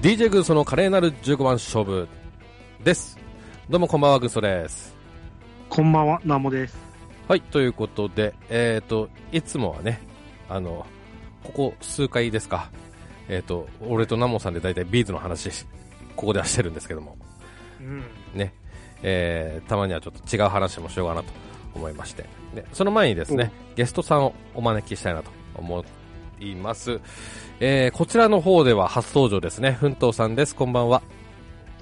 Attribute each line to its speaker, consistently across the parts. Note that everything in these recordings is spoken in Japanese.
Speaker 1: DJ グーソの華麗なる15番勝負です。どうもこんばんは、グーソです。
Speaker 2: こんばんは、ナモです。
Speaker 1: はい、ということで、えっ、と、いつもはね、あの、ここ数回ですか、えっ、と、俺とナモさんで大体ビーズの話、ここではしてるんですけども、
Speaker 2: うん。
Speaker 1: ね、えーたまにはちょっと違う話もしようかなと思いまして、でその前にですね、ゲストさんをお招きしたいなと思います。えーこちらの方では初登場ですね、奮闘さんです、こんばんは。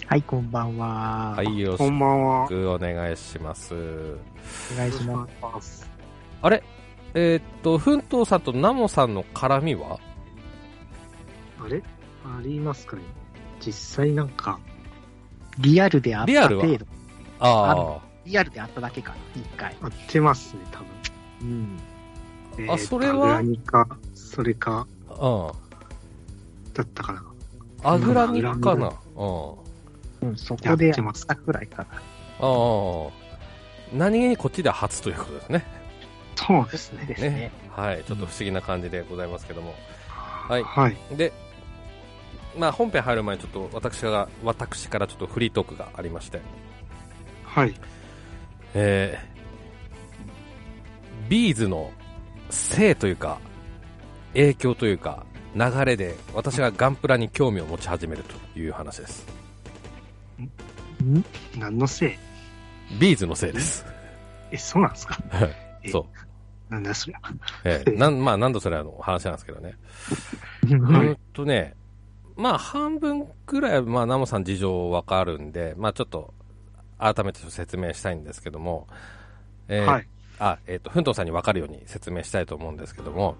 Speaker 3: はい、こんばんは。
Speaker 1: はい、よろし
Speaker 2: こんばんは。
Speaker 1: くお願いします。
Speaker 3: お願いします。
Speaker 2: す。
Speaker 1: あれえーっと、奮闘さんとナモさんの絡みは
Speaker 2: あれありますかね実際なんか、
Speaker 3: リアルであっ
Speaker 1: リ
Speaker 3: た
Speaker 1: アルは
Speaker 3: 程度。
Speaker 1: あ
Speaker 3: リアルであっただけかな、一回。
Speaker 2: 合ってますね、多分。
Speaker 3: うん。
Speaker 2: え
Speaker 1: あ
Speaker 2: と
Speaker 1: それは
Speaker 2: グラニか、それか、
Speaker 1: あ、
Speaker 2: だったかな。
Speaker 1: うん。あぐらみか
Speaker 2: あぐ
Speaker 1: な
Speaker 2: ら
Speaker 1: うん。あ
Speaker 3: うん、そこ
Speaker 2: や
Speaker 3: で
Speaker 2: っ
Speaker 3: やって
Speaker 2: ます
Speaker 3: たくらいかな。
Speaker 1: あ。何気にこっちでは初ということですね。
Speaker 2: そうですね。
Speaker 3: です
Speaker 1: ね
Speaker 3: ね。。
Speaker 1: はい。ちょっと不思議な感じでございますけども。
Speaker 2: はいはい。
Speaker 1: で、まあ本編入る前にちょっと私が、私からちょっとフリートークがありまして。
Speaker 2: はい。
Speaker 1: えービーズの性というか、影響というか、流れで私がガンプラに興味を持ち始めるという話です。
Speaker 3: ん
Speaker 2: 何のせい
Speaker 1: ビーズのせいです。
Speaker 2: え、そうなんですかえ
Speaker 1: そう。
Speaker 2: なんだそりゃ。
Speaker 1: え ーなん、まあ、何度それはあの話なんですけどね。う
Speaker 2: はい
Speaker 1: ーんとね、まあ、半分くらいは、まあ、ナモさん事情わかるんで、まあ、ちょっと、改めて説明したいんですけども、えー
Speaker 2: はい。
Speaker 1: あ、えっ、と、ふんとうさんにわかるように説明したいと思うんですけども、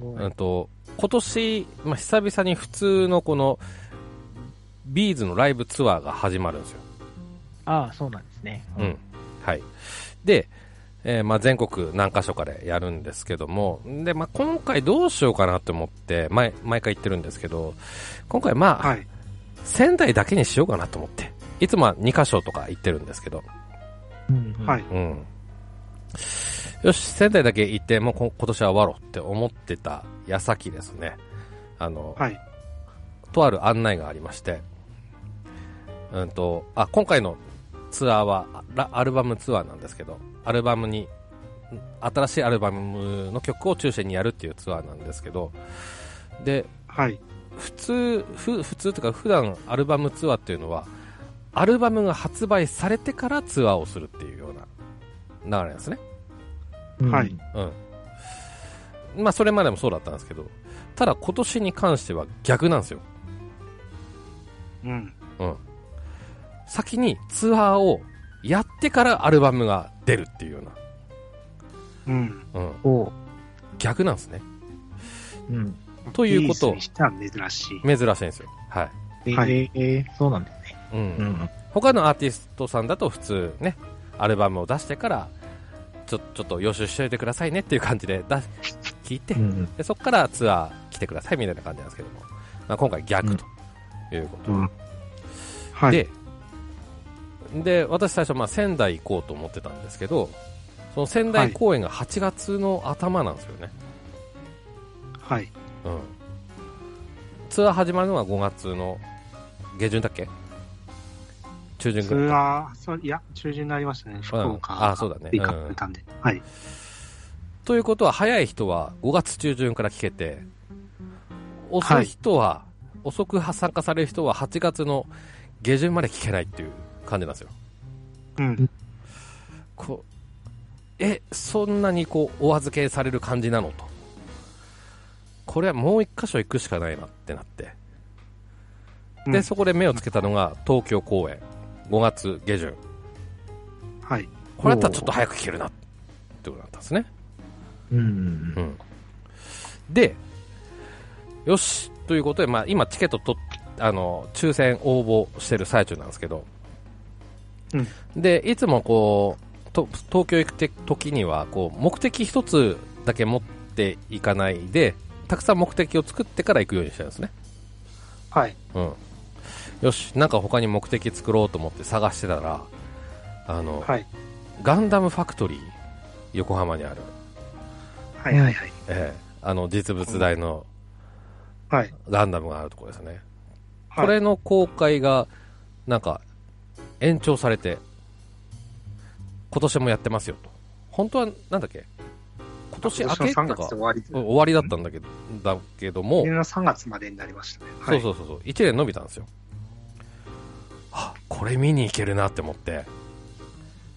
Speaker 1: う
Speaker 3: うん
Speaker 1: んと、今年、まあ、久々に普通のこの、ビーズのライブツアーが始まるんですよ。
Speaker 3: ああ、そうなんですね。
Speaker 1: うん。はい。で、えーまあ、全国何箇所かでやるんですけども、で、まあ、今回どうしようかなって思って、毎、毎回言ってるんですけど、今回まあ、
Speaker 2: はい。
Speaker 1: 仙台だけにしようかなと思って。いつもは2箇所とか行ってるんですけど、
Speaker 3: うん。うん
Speaker 2: はい。。
Speaker 1: うん。よし、仙台だけ行って、もうこ今年は終わろうって思ってた矢先ですね。あの、
Speaker 2: はい。
Speaker 1: とある案内がありまして、うんと、あ、今回のツアーは、あラアルバムツアーなんですけど、アルバムに、ん新しいアルバムの曲を中心にやるっていうツアーなんですけど、で、
Speaker 2: はい。
Speaker 1: 普通、ふ普通というか普段アルバムツアーっていうのは、アルバムが発売されてからツアーをするっていうような流れなんですね。
Speaker 3: うん
Speaker 2: はい。
Speaker 1: うん。まあ、それまでもそうだったんですけど、ただ今年に関しては逆なんですよ。
Speaker 2: うん。
Speaker 1: うん。先にツアーをやってからアルバムが出るっていうよ
Speaker 2: うん。
Speaker 1: うな、うん、
Speaker 3: おう。
Speaker 1: 逆なんですね。
Speaker 3: うん。
Speaker 1: ということ
Speaker 2: ビーズにしては珍しい。
Speaker 1: 珍しいんですよ。はい。
Speaker 3: え
Speaker 2: はい
Speaker 3: えー、そうなんですね。
Speaker 1: うん。
Speaker 3: うん。
Speaker 1: 他のアーティストさんだと普通ね、アルバムを出してから、ちょ、ちょっと予習しておいてくださいねっていう感じで出し、聞いて、
Speaker 3: うん。
Speaker 1: でそこからツアー来てくださいみたいな感じなんですけども、まあ、今回逆ということ
Speaker 2: うん。はい。
Speaker 1: で、で、私最初、まあ、仙台行こうと思ってたんですけど、その仙台公演が8月の頭なんですよね。
Speaker 2: はい。
Speaker 1: うん。ツアー始まるのは5月の下旬だっけ中旬
Speaker 2: そ
Speaker 1: ぐらい
Speaker 2: れ
Speaker 1: か。
Speaker 2: は、そういや、中旬になりましたね。福岡。
Speaker 1: あそうだね
Speaker 2: で行かれたんで。はい。
Speaker 1: ということは、早い人は5月中旬から聞けて、遅い人は、遅く参加される人は8月の下旬まで聞けないっていう感じなんですよ。
Speaker 2: うん。
Speaker 1: こうえそんなにこうお預けされる感じなのとこれはもう一箇所行くしかないなってなってで、
Speaker 2: うん
Speaker 1: そこで目をつけたのが東京公演5月下旬
Speaker 2: はい。
Speaker 1: これだったらちょっと早く聞けるなってことだったんですね、
Speaker 3: うん
Speaker 1: う。ん、でよしということで、まあ、今チケットとあの抽選応募してる最中なんですけど、
Speaker 2: うん
Speaker 1: でいつもこうと東京行くて時にはこう目的一つだけ持っていかないでたくさん目的を作ってから行くようにしてるんですね、
Speaker 2: はい。
Speaker 1: うん、よしなんか他に目的作ろうと思って探してたらあの、
Speaker 2: はい。
Speaker 1: ガンダムファクトリー横浜にある、
Speaker 2: はいはいはい。
Speaker 1: ええあの実物大の
Speaker 2: はい。
Speaker 1: ガンダムがあるところですねこれの公開がなんか延長されて今年もやってますよと本当はなんだっけ今年明
Speaker 2: 今年の
Speaker 1: けと
Speaker 2: 3月で
Speaker 1: か
Speaker 2: 終わりで。
Speaker 1: 終わりだったんだけどだけども
Speaker 2: 来年の3月までになりましたね。は
Speaker 1: そ
Speaker 2: いう
Speaker 1: そうそうそう1年伸びたんですよあこれ見に行けるなって思って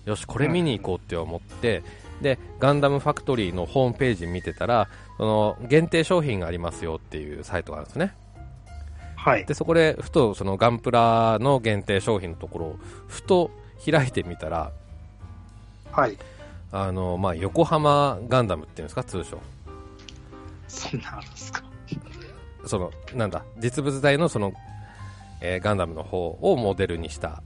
Speaker 1: よしこれ見に行こうって思って、でガンダムファクトリーのホームページ見てたらその限定商品がありますよっていうサイトがあるんですね
Speaker 2: はい。
Speaker 1: でそこでふとそのガンプラの限定商品のところをふと開いてみたら
Speaker 2: はい。
Speaker 1: あの、まあ、横浜ガンダムっていうんですか通称
Speaker 2: そんなあるんですか。
Speaker 1: そのなんだ実物大のその、えーガンダムの方をモデルにした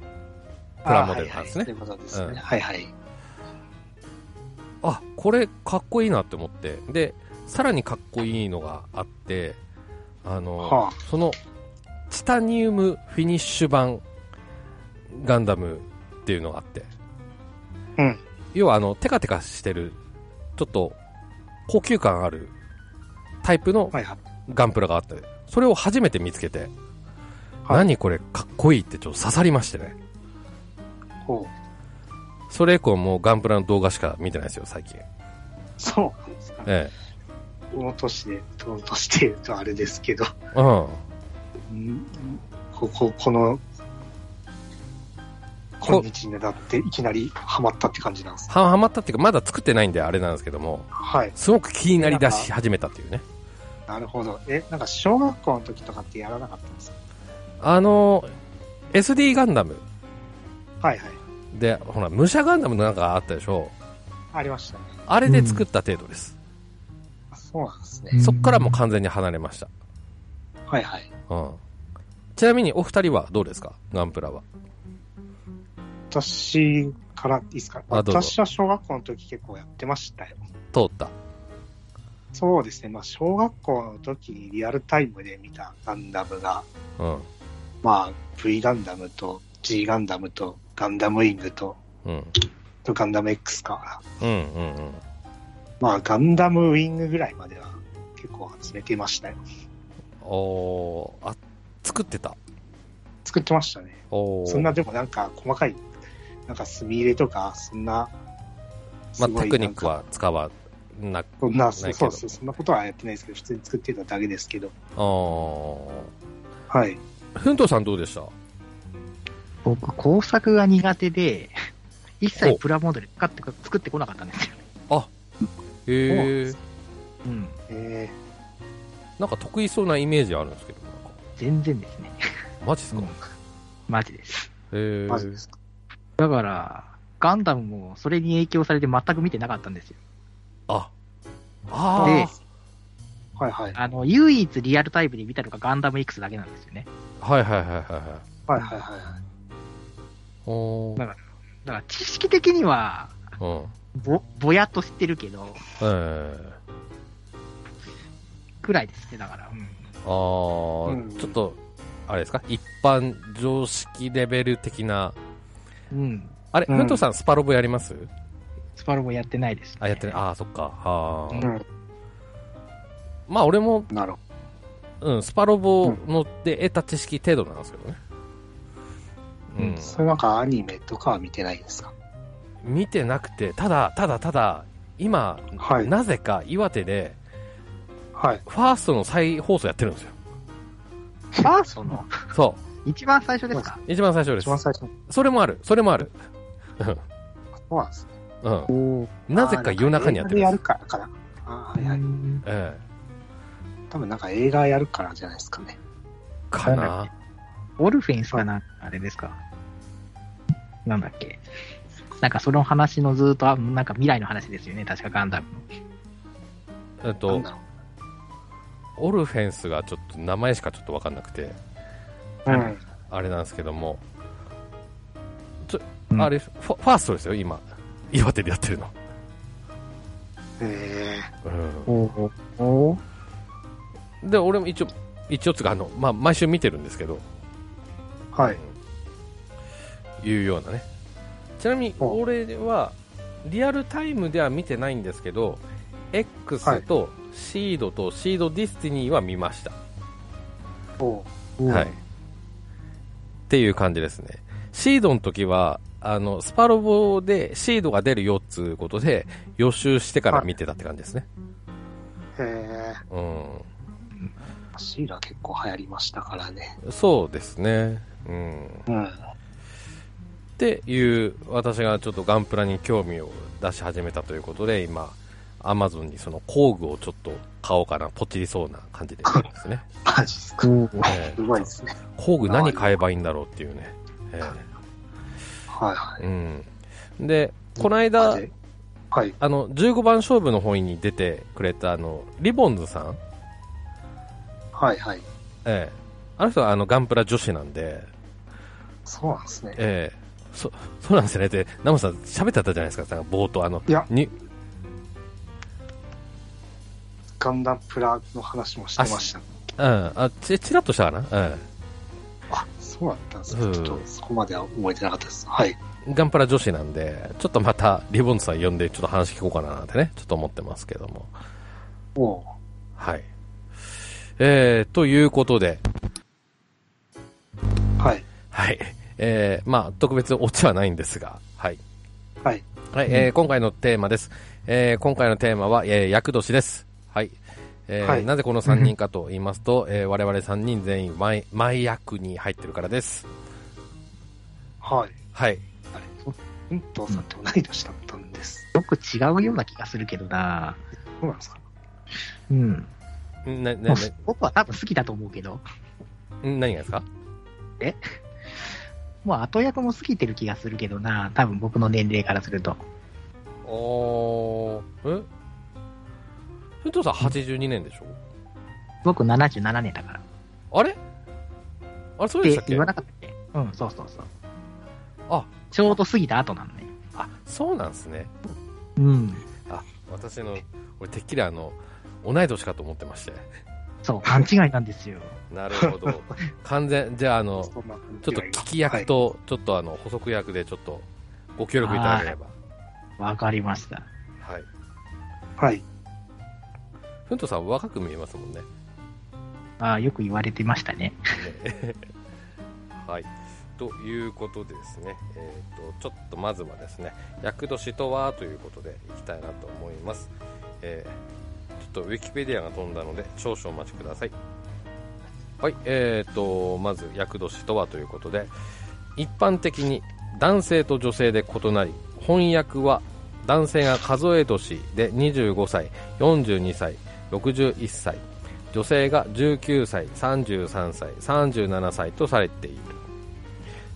Speaker 1: プラモデルなんですね
Speaker 2: あーはいはいそういうことです
Speaker 1: うん
Speaker 2: ね。はいはい。
Speaker 1: あこれかっこいいなって思ってでさらにかっこいいのがあってあの、
Speaker 2: はあ
Speaker 1: そのチタニウムフィニッシュ版ガンダムっていうのがあって
Speaker 2: うん。
Speaker 1: 要はあのテカテカしてるちょっと高級感あるタイプの
Speaker 2: はいはい。
Speaker 1: ガンプラがあってそれを初めて見つけて、
Speaker 2: はい
Speaker 1: 何これかっこいいってちょっと刺さりましてね
Speaker 2: ほう。
Speaker 1: それ以降もうガンプラの動画しか見てないですよ最近
Speaker 2: そうなんですか。
Speaker 1: え
Speaker 2: この年で、この年で言うとあれですけど、
Speaker 1: えうん
Speaker 2: うんここ、この、今日になっていきなりハマったって感じなんですね。
Speaker 1: ははまったっていうかまだ作ってないんであれなんですけども
Speaker 2: はい。
Speaker 1: すごく気になりだし始めたっていうね
Speaker 2: なるほど。え、なんか小学校の時とかってやらなかったんですか
Speaker 1: あの SD ガンダム
Speaker 2: はいはい。
Speaker 1: でほら武者ガンダムのなんかあったでしょ
Speaker 2: ありましたね。
Speaker 1: あれで作った程度です、
Speaker 2: あそうなんですね。
Speaker 3: うん
Speaker 1: そっからもう完全に離れました
Speaker 2: はいはい。
Speaker 1: うん、ちなみにお二人はどうですかガンプラは
Speaker 2: 私からいいですか
Speaker 1: あどうぞ
Speaker 2: 私は小学校の時結構やってましたよ。
Speaker 1: 通った
Speaker 2: そうですね。まあ、小学校の時にリアルタイムで見たガンダムが、
Speaker 1: うん
Speaker 2: まあ、V ガンダムと G ガンダムとガンダムウィングと、
Speaker 1: うん
Speaker 2: とガンダム X か。
Speaker 1: うんうんうん
Speaker 2: まあ、ガンダムウィングぐらいまでは結構集めてましたよ。
Speaker 1: おーあ作ってた
Speaker 2: 作ってましたね。
Speaker 1: おー
Speaker 2: そんなでもなんか細かい、なんか墨入れとか、そんな、
Speaker 1: まあ、
Speaker 2: すごい
Speaker 1: テクニックは使わなく
Speaker 2: そんな、
Speaker 1: な
Speaker 2: そ
Speaker 1: いうけど
Speaker 2: そう、そんなことはやってないですけど、普通に作ってただけですけど。
Speaker 1: お
Speaker 2: はい。
Speaker 1: ーふんとさんどうでした
Speaker 3: 僕、工作が苦手で、一切
Speaker 1: お
Speaker 3: プラモデル買って作ってこなかったんですよ。
Speaker 1: へ
Speaker 3: そうなん
Speaker 1: え
Speaker 3: でうん。
Speaker 2: え
Speaker 1: なんか得意そうなイメージあるんですけどなんか
Speaker 3: 全然ですね。
Speaker 1: マジっすか、
Speaker 3: うん
Speaker 1: へ
Speaker 3: マジです。
Speaker 2: ー、
Speaker 1: え
Speaker 2: マジですか。
Speaker 3: だから、ガンダムもそれに影響されて全く見てなかったんですよ。
Speaker 1: ああ
Speaker 3: で
Speaker 1: ー、
Speaker 2: はいはい。
Speaker 3: あの、唯一リアルタイムで見たのがガンダム X だけなんですよね。
Speaker 1: はいはいはいはいは
Speaker 2: はいはいはいは
Speaker 1: い
Speaker 2: い。
Speaker 1: おー
Speaker 3: なんかだから知識的には、
Speaker 1: うん
Speaker 3: ぼ、ぼやっと知ってるけど、
Speaker 1: えー
Speaker 3: くらいですね、だから。うん
Speaker 1: あー、
Speaker 2: うん
Speaker 1: ちょっとあれですか一般常識レベル的な
Speaker 3: うん。
Speaker 1: あれ、
Speaker 2: うん
Speaker 1: ふんとさん、スパロボやります
Speaker 3: スパロボやってないです、ね。
Speaker 1: あ、やってない。あー、そっか。はあ、
Speaker 2: う
Speaker 1: まあ、俺も、
Speaker 2: ん、なるほ
Speaker 1: うん、スパロボので得た知識程度なんですけどね。う
Speaker 3: うん
Speaker 2: ど。。それなんかアニメとかは見てないですか
Speaker 1: 見てなくて、ただ、ただ、ただ、今、
Speaker 2: はい
Speaker 1: なぜか岩手で、
Speaker 2: はい。
Speaker 1: ファーストの再放送やってるんですよ。
Speaker 3: ファーストの
Speaker 1: そ
Speaker 3: 一番最初ですか
Speaker 1: う。一番最初で
Speaker 2: 一番
Speaker 1: す。
Speaker 2: 最初の。
Speaker 1: それもある。それもある。
Speaker 2: そうなんですね。
Speaker 1: うん。
Speaker 3: お
Speaker 1: なぜか夜中にやってる
Speaker 2: 映画
Speaker 1: んで
Speaker 2: でやる
Speaker 1: す。
Speaker 2: からかな。あーはいはい。
Speaker 1: え
Speaker 2: 多分なんか映画やるからじゃないですか
Speaker 1: え
Speaker 2: ね。
Speaker 1: かな。
Speaker 3: オルフェンスかなあれですかなんだっけなんかその話のずーっと、あなんか未来の話ですよね、確かガンダムの。
Speaker 1: えっ
Speaker 2: なん
Speaker 1: と、
Speaker 2: だろ
Speaker 1: オルフェンスがちょっと、名前しかちょっとわかんなくて、
Speaker 2: う。う
Speaker 3: うん
Speaker 2: ん。
Speaker 1: あれなんですけども、ちょ
Speaker 3: うん
Speaker 1: あれファ、ファーストですよ、今。岩手でやってるの。
Speaker 2: え
Speaker 1: う
Speaker 3: おお
Speaker 1: ん、で、俺も一応、一応つうか、あの、まあ、毎週見てるんですけど、
Speaker 2: ー、はい。
Speaker 1: うんいうようなね。ちなみに、
Speaker 2: お
Speaker 1: 俺は、リアルタイムでは見てないんですけど、
Speaker 2: は
Speaker 1: X
Speaker 2: い
Speaker 1: とシードとシードディスティニーは見ました。
Speaker 2: おう
Speaker 1: はい。っていう感じですね。シードの時は、あの、スパロボでシードが出るよっつうことで、予習してから見てたって感じですね。
Speaker 2: え
Speaker 1: うん。
Speaker 2: ー、シーラ結構流行りましたからね。
Speaker 1: そうですね。うん。
Speaker 2: うん。
Speaker 1: っていう私がちょっとガンプラに興味を出し始めたということで今アマゾンにその工具をちょっと買おうかなポチりそうな感じでですね、
Speaker 2: マジっすか。
Speaker 3: お
Speaker 1: え
Speaker 2: す
Speaker 1: え
Speaker 2: ごいですね。
Speaker 1: 工具何買えばいいんだろうっていうね、え
Speaker 2: はいは
Speaker 1: えうん、でこの
Speaker 2: い。
Speaker 1: 間
Speaker 2: ではい。
Speaker 1: あの15番勝負の方に出てくれたあのリボンズさん、
Speaker 2: はいはい。
Speaker 1: ええあの人はあのガンプラ女子なんで、
Speaker 2: そうなんですね。
Speaker 1: ええそそうなんですよねってナムさん喋ってたじゃないですかさ冒頭あの
Speaker 2: いや
Speaker 1: に
Speaker 2: ガンダムプラの話もしてました。
Speaker 1: うん、あちちらっとしたかな、うん
Speaker 2: あ、そうだったんです
Speaker 1: うん
Speaker 2: ね。ちょっとそこまでは覚えてなかったです。はい。
Speaker 1: ガンプラ女子なんで、ちょっとまたリボンズさん呼んで、ちょっと話聞こうかななんてね、ちょっと思ってますけども。
Speaker 2: おう
Speaker 1: はい。えー、ということで、
Speaker 2: はい。
Speaker 1: はい。えー、まあ、特別オチはないんですが、はい。
Speaker 2: はい。
Speaker 1: はい、えー今回のテーマです。えー今回のテーマは、えー、厄年です。はい。えー
Speaker 2: はい
Speaker 1: なぜこの3人かと言いますと、えー我々3人全員前、前役に入ってるからです。
Speaker 2: はい。
Speaker 1: はい。
Speaker 2: あれ、うんとさんって同い年だったんです。
Speaker 3: よく違うような気がするけどな。
Speaker 2: そうなんですか。
Speaker 3: うん。
Speaker 1: んな、な、
Speaker 3: もう
Speaker 1: な、
Speaker 3: 僕は多分好きだと思うけど、
Speaker 1: ん何がですか
Speaker 3: もう後役も過ぎてる気がするけどな。多分僕の年齢からすると。
Speaker 1: おー、えふとさん82年でしょ
Speaker 3: 僕77年だから。
Speaker 1: あれあれ、そうでし
Speaker 3: ったて
Speaker 1: っけ
Speaker 3: 言わなかったっけうん、そうそうそう。
Speaker 1: あ
Speaker 3: ちょうど過ぎた後なのね。
Speaker 1: あ、そうなんですね。
Speaker 3: うん。
Speaker 1: あ、私の、俺、てっきりあの、同い年かと思ってまして。
Speaker 3: そう、勘違いなんですよ。
Speaker 1: なるほ ど。完全、じゃあ、あの、
Speaker 2: そんな感
Speaker 1: ちょっと
Speaker 2: じが
Speaker 1: 聞き役と、ちょっとあの、補足役で、ちょっと、ご協力いただければ。
Speaker 3: わかりました。
Speaker 1: はい。
Speaker 2: はい。はい。
Speaker 1: ふんとさん、若く見えますもんね。
Speaker 3: ああ、よく言われてましたね。
Speaker 1: ねはい。ということでですね、えー、とちょっとまずはですね、厄年とはということでいきたいなと思います。えーちょっとウィキペディアが飛んだので少々お待ちください。はい、えー、と、まず厄年とはということで、一般的に男性と女性で異なり、翻訳は男性が数え年で25歳、42歳、61歳、女性が19歳、33歳、37歳とされている。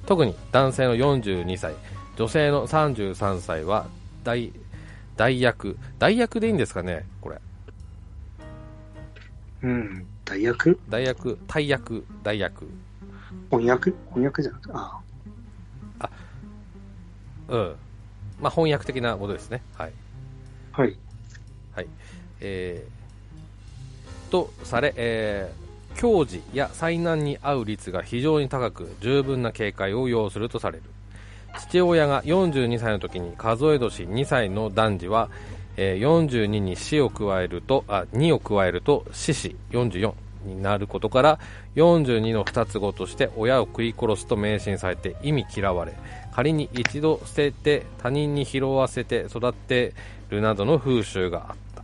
Speaker 1: 特に男性の42歳、女性の33歳は大、大役。大役でいいんですかねこれ。
Speaker 2: うん。大役
Speaker 1: 大役、大役、大役。
Speaker 2: 翻訳翻訳じゃなくて、あ
Speaker 1: うん。まあ、翻訳的なことですね。はい。
Speaker 2: あはい。
Speaker 1: えーとされ、えー、矜持や災難に遭う率が非常に高く十分な警戒を要するとされる父親が42歳の時に数え年2歳の男児は、えー42に死を加えるとあ2を加えると死死44になることから42の二つ子として親を食い殺すと迷信されて意味嫌われ仮に一度捨てて他人に拾わせて育ってるなどの風習があった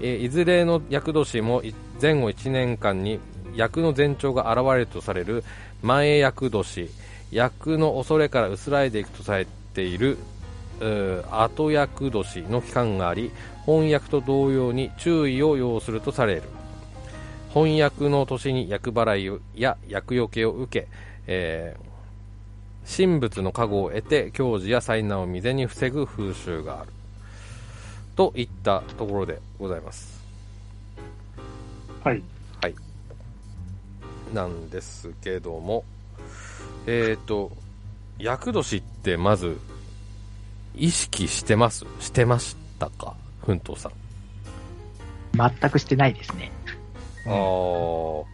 Speaker 1: えーいずれの厄年もい前後1年間に役の前兆が現れるとされる前厄年役の恐れから薄らいでいくとされているうー後厄年の期間があり翻訳と同様に注意を要するとされる翻訳の年に厄払いをや厄除けを受け、えー神仏の加護を得て矜持や災難を未然に防ぐ風習があるといったところでございます
Speaker 2: はい。
Speaker 1: なんですけどもえっ、と厄年ってまず意識してますしてましたか奮闘さん、
Speaker 3: 全くしてないですね。
Speaker 1: あー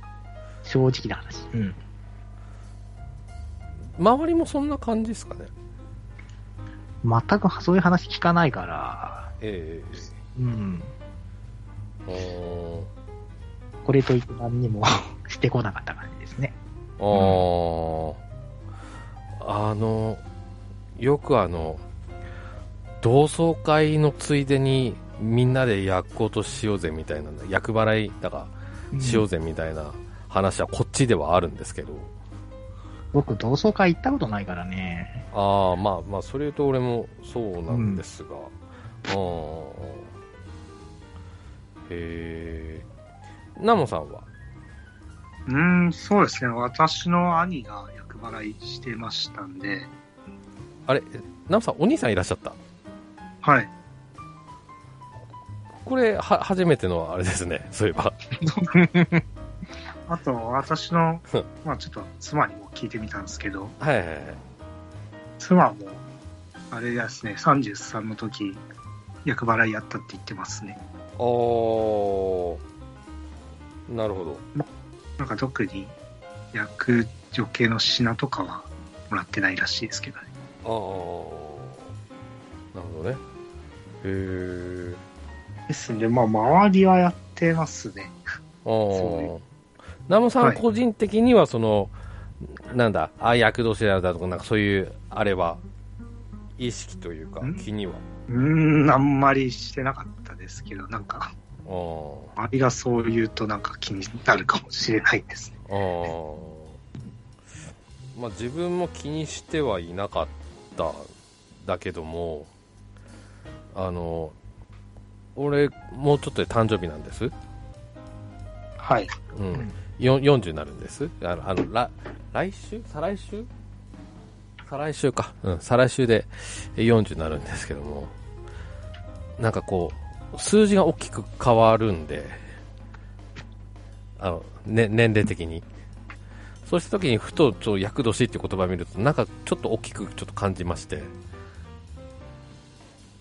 Speaker 3: 正直な話。うん。
Speaker 1: 周りもそんな感じですかね
Speaker 3: 全くそういう話聞かないから、
Speaker 1: ええ
Speaker 3: うん。
Speaker 1: ええええ
Speaker 3: これといって何にもしてこなかった感じですね。
Speaker 1: おーあの、よくあの、同窓会のついでにみんなで役こうとしようぜみたいな、役払いだかしようぜみたいな話はこっちではあるんですけど、
Speaker 3: 僕、同窓会行ったことないからね。
Speaker 1: ああ、まあまあ、それ言うと俺もそうなんですが、うん、へえ、ナモさんは
Speaker 2: うーん、そうですね。私の兄が役払いしてましたんで、
Speaker 1: あれ、ナモさん、お兄さんいらっしゃった
Speaker 2: はい。
Speaker 1: これ、は、初めてのあれですね、そういえば。
Speaker 2: あと、私の
Speaker 1: うん、
Speaker 2: まあちょっと妻にも聞いてみたんですけど、
Speaker 1: はいはいはい。
Speaker 2: 妻も、あれですね、33の時、役払いやったって言ってますね。
Speaker 1: おーなるほど。
Speaker 2: なんか特に、役女系の品とかはもらってないらしいですけどね。
Speaker 1: ああなるほどね。へえ。
Speaker 2: ですんで、まあ周りはやってますね。
Speaker 1: あ
Speaker 2: そう
Speaker 1: ー
Speaker 2: ね
Speaker 1: ナムさ
Speaker 2: は
Speaker 1: ん
Speaker 2: い
Speaker 1: 個人的には、その、なんだ、あ、役年だとか、なんかそういう、あれは、意識というか
Speaker 2: ん、
Speaker 1: 気には。
Speaker 2: うーん、あんまりしてなかったですけど、なんか、
Speaker 1: あー
Speaker 2: 周りがそう言うとなんか気になるかもしれないですね。
Speaker 1: あーまあ自分も気にしてはいなかっただけどもあの俺もうちょっとで誕生日なんです、
Speaker 2: はい。
Speaker 1: うん
Speaker 3: うん
Speaker 1: よ40になるんですあのあのら来週再来週再来週か、うん、再来週で40になるんですけどもなんかこう数字が大きく変わるんであの、ね、年齢的にそうした時にふとちょ厄年っていう言葉を見るとなんかちょっと大きくちょっと感じまして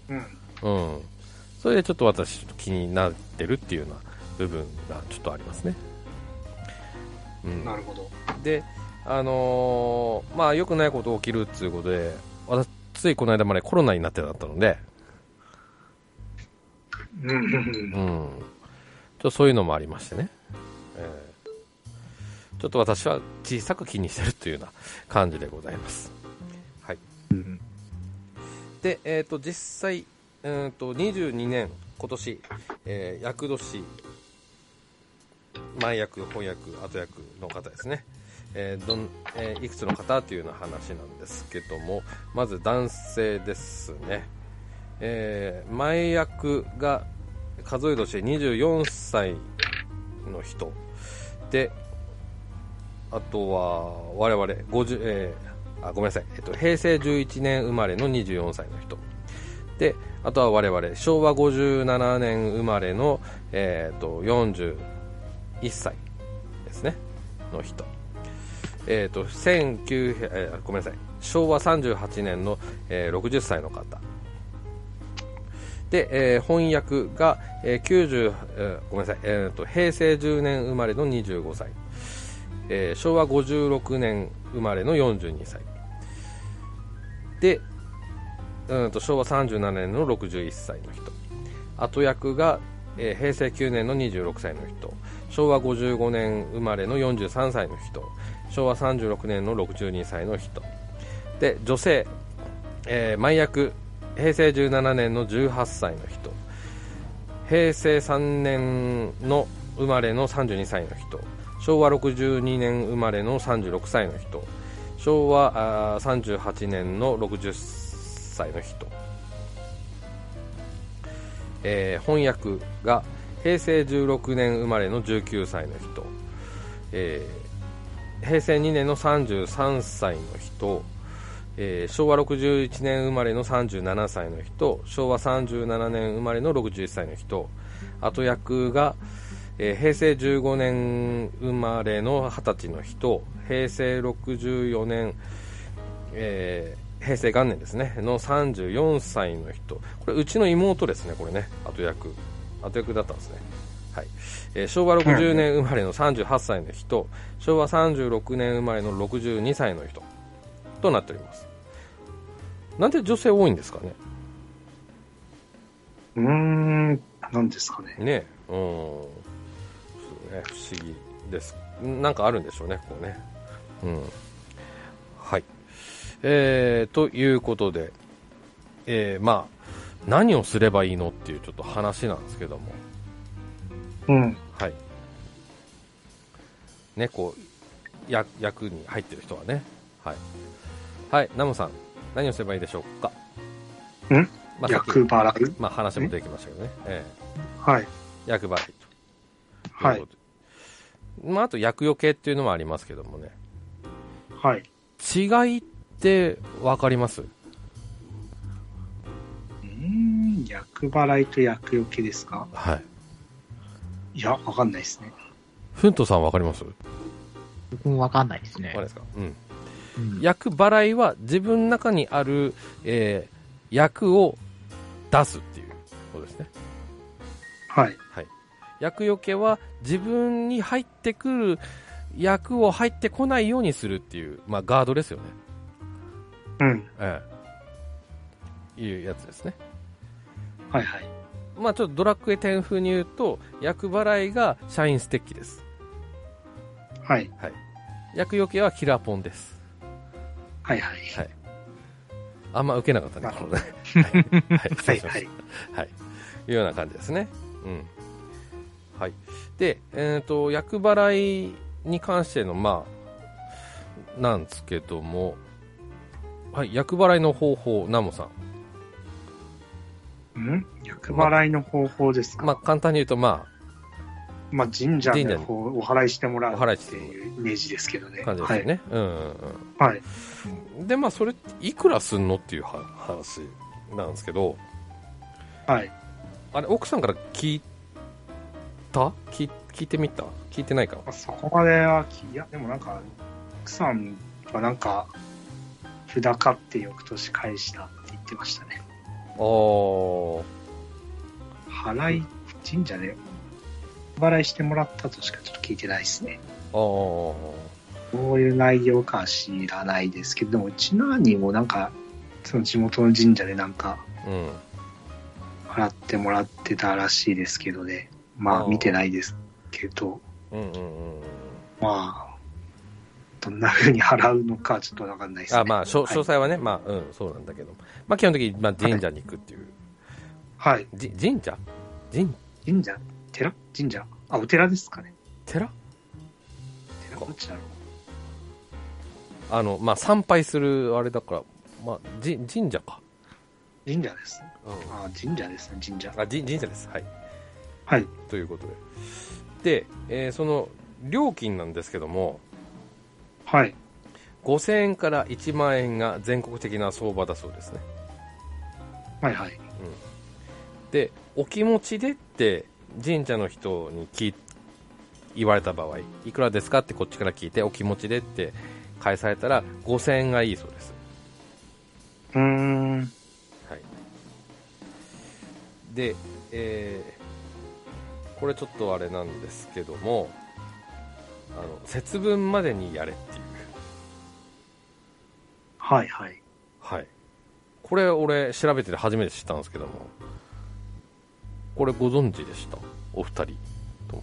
Speaker 2: うん。
Speaker 1: うんそれでちょっと私ちょっと気になってるっていうような部分がちょっとありますねうん
Speaker 2: なるほど。
Speaker 1: で、あのーまあ、良くないこと起きるっていうことで、私、ついこの間までコロナになってなかったので、
Speaker 2: うんうんうん
Speaker 1: うん。ちょっとそういうのもありましてね。えーちょっと私は小さく気にしてるというような感じでございます。はい。
Speaker 3: うん。
Speaker 1: で、えっ、と、実際、うーんと、22年、今年、えー、役年、前役、本役、後役の方ですね。えーどん、えーいくつの方というような話なんですけども、まず男性ですね。えー前役が数え年で24歳の人。で、あとは、我々、50、えーあ、ごめんなさい。えっと、平成11年生まれの24歳の人。で、あとは我々、昭和57年生まれの、えっと、41歳ですね、の人。えっと、1900、えーごめんなさい。昭和38年の、えー60歳の方。で、えー翻訳が、えー90、えーごめんなさい、えーと、平成10年生まれの25歳。えー昭和56年生まれの42歳でうんと昭和37年の61歳の人後役が、えー平成9年の26歳の人昭和55年生まれの43歳の人昭和36年の62歳の人で女性、えー前役平成17年の18歳の人平成3年の生まれの32歳の人昭和62年生まれの36歳の人昭和あー38年の60歳の人、えー翻訳が平成16年生まれの19歳の人、えー平成2年の33歳の人えー昭和61年生まれの37歳の人昭和37年生まれの61歳の人後役が、えー平成15年生まれの20歳の人平成64年、えー平成元年ですねの34歳の人これうちの妹ですねこれね後役後役だったんですねはいえー昭和60年生まれの38歳の人昭和36年生まれの62歳の人となっておりますなんで女性多いんですかね
Speaker 2: うーん、なんですかね。
Speaker 1: ねえうんそうね不思議ですなんかあるんでしょうねこうねうん。はい。えー、ということで、えー、まあ、何をすればいいのっていうちょっと話なんですけども、
Speaker 2: うん。
Speaker 1: はい。ね、こう、や役に入ってる人はね。はい。はい、ナムさん、何をすればいいでしょうか
Speaker 2: ん
Speaker 1: まあ、さっ
Speaker 2: 役
Speaker 1: き、
Speaker 2: 払う
Speaker 1: まあ、話も出てきましたけどね。え
Speaker 2: はい。
Speaker 1: え役払いと。
Speaker 2: はい
Speaker 1: とうことで。まあ、あと、役除けっていうのもありますけどもね。
Speaker 2: はい。
Speaker 1: 違いって分かります
Speaker 2: うーん、役払いと役よけですか
Speaker 1: はい。
Speaker 2: いや、わかんないですね。
Speaker 1: ふんとさん分かります
Speaker 3: 僕もわかんないですね
Speaker 1: あれ。ですか、うん、
Speaker 3: うん
Speaker 1: 役払いは自分の中にある、えー役を出すっていうことですね
Speaker 2: はい。
Speaker 1: 役よけは自分に入ってくる役を入ってこないようにするっていう、まあ、ガードですよね、
Speaker 2: うん。
Speaker 1: ええいうやつですね
Speaker 2: はいはい。
Speaker 1: まあちょっとドラクエ10風に言うと役払いがシャインステッキです
Speaker 2: はい。
Speaker 1: 役よけはキラポンです
Speaker 2: はいはい。
Speaker 1: はいあんま受けなかったね、このね。はい。はい失礼
Speaker 2: はい
Speaker 1: しま
Speaker 2: は
Speaker 1: した
Speaker 2: い。
Speaker 1: はい、いうような感じですね。うんはい、で、えーと、厄払いに関しての、まあ、なんですけども、はい、厄払いの方法、ナモさん。
Speaker 2: うん役払いの方法ですか
Speaker 1: まあ、簡単に言うと、ま
Speaker 2: まあ、神社
Speaker 1: 神社
Speaker 2: の
Speaker 1: に
Speaker 2: 方お祓いしてもらう
Speaker 1: お祓い
Speaker 2: っ
Speaker 1: しててもらう
Speaker 2: いうイメージですけどね。
Speaker 1: あ、感じですよね。うんうん
Speaker 2: はい。はい。
Speaker 1: うん。で、まあ、それっていくらすんのっていうは話なんですけど、
Speaker 2: はい。
Speaker 1: あれ、奥さんから聞いた聞い聞いてみた聞いてないか
Speaker 2: まあ、そこまではき、いや、でもなんか、奥さんはなんか、札買って翌年返したって言ってましたね。
Speaker 1: あー。
Speaker 2: 払い、神社で、お払いしてもらったとしかちょっと聞いてないですね。
Speaker 1: あー。
Speaker 2: どういう内容かは知らないですけど、でもうちの兄もなんか、その地元の神社でなんか、
Speaker 1: うん。
Speaker 2: 払ってもらってたらしいですけどね。
Speaker 1: あ
Speaker 2: まあ、
Speaker 1: ー
Speaker 2: 見てないですけど、
Speaker 1: うんうんうん。
Speaker 2: まあ、どんな風に払うのかちょっとわかんないですね。
Speaker 1: あまあ、しょ詳
Speaker 2: はい
Speaker 1: 細はね、まあ、うん、そうなんだけど。まあ、基本的に、まあ、神社に行くっていう。
Speaker 2: はい。
Speaker 1: じ神社神、
Speaker 2: 神社寺神社あ、お寺ですかね。
Speaker 1: 寺
Speaker 2: 寺どっちだろう。
Speaker 1: あの、まあ、参拝する、あれだから、まあ、じ神社か。
Speaker 2: 神社です。
Speaker 1: うん。あ、
Speaker 2: あ、神社ですね、神社。
Speaker 1: じ神社です。はい。
Speaker 2: はい。
Speaker 1: ということで。で、えーその、料金なんですけども、
Speaker 2: はい。
Speaker 1: 5000円から1万円が全国的な相場だそうですね。
Speaker 2: はいはい。
Speaker 1: で、お気持ちでって、神社の人に聞い言われた場合、いくらですかってこっちから聞いて、お気持ちでって返されたら、5000円がいいそうです。
Speaker 2: うー
Speaker 1: は
Speaker 2: ん。
Speaker 1: い、で、えーこれちょっとあれなんですけどもあの節分までにやれっていう、
Speaker 2: はいはい。
Speaker 1: はい、これ俺調べてて初めて知ったんですけどもこれご存知でしたお二人と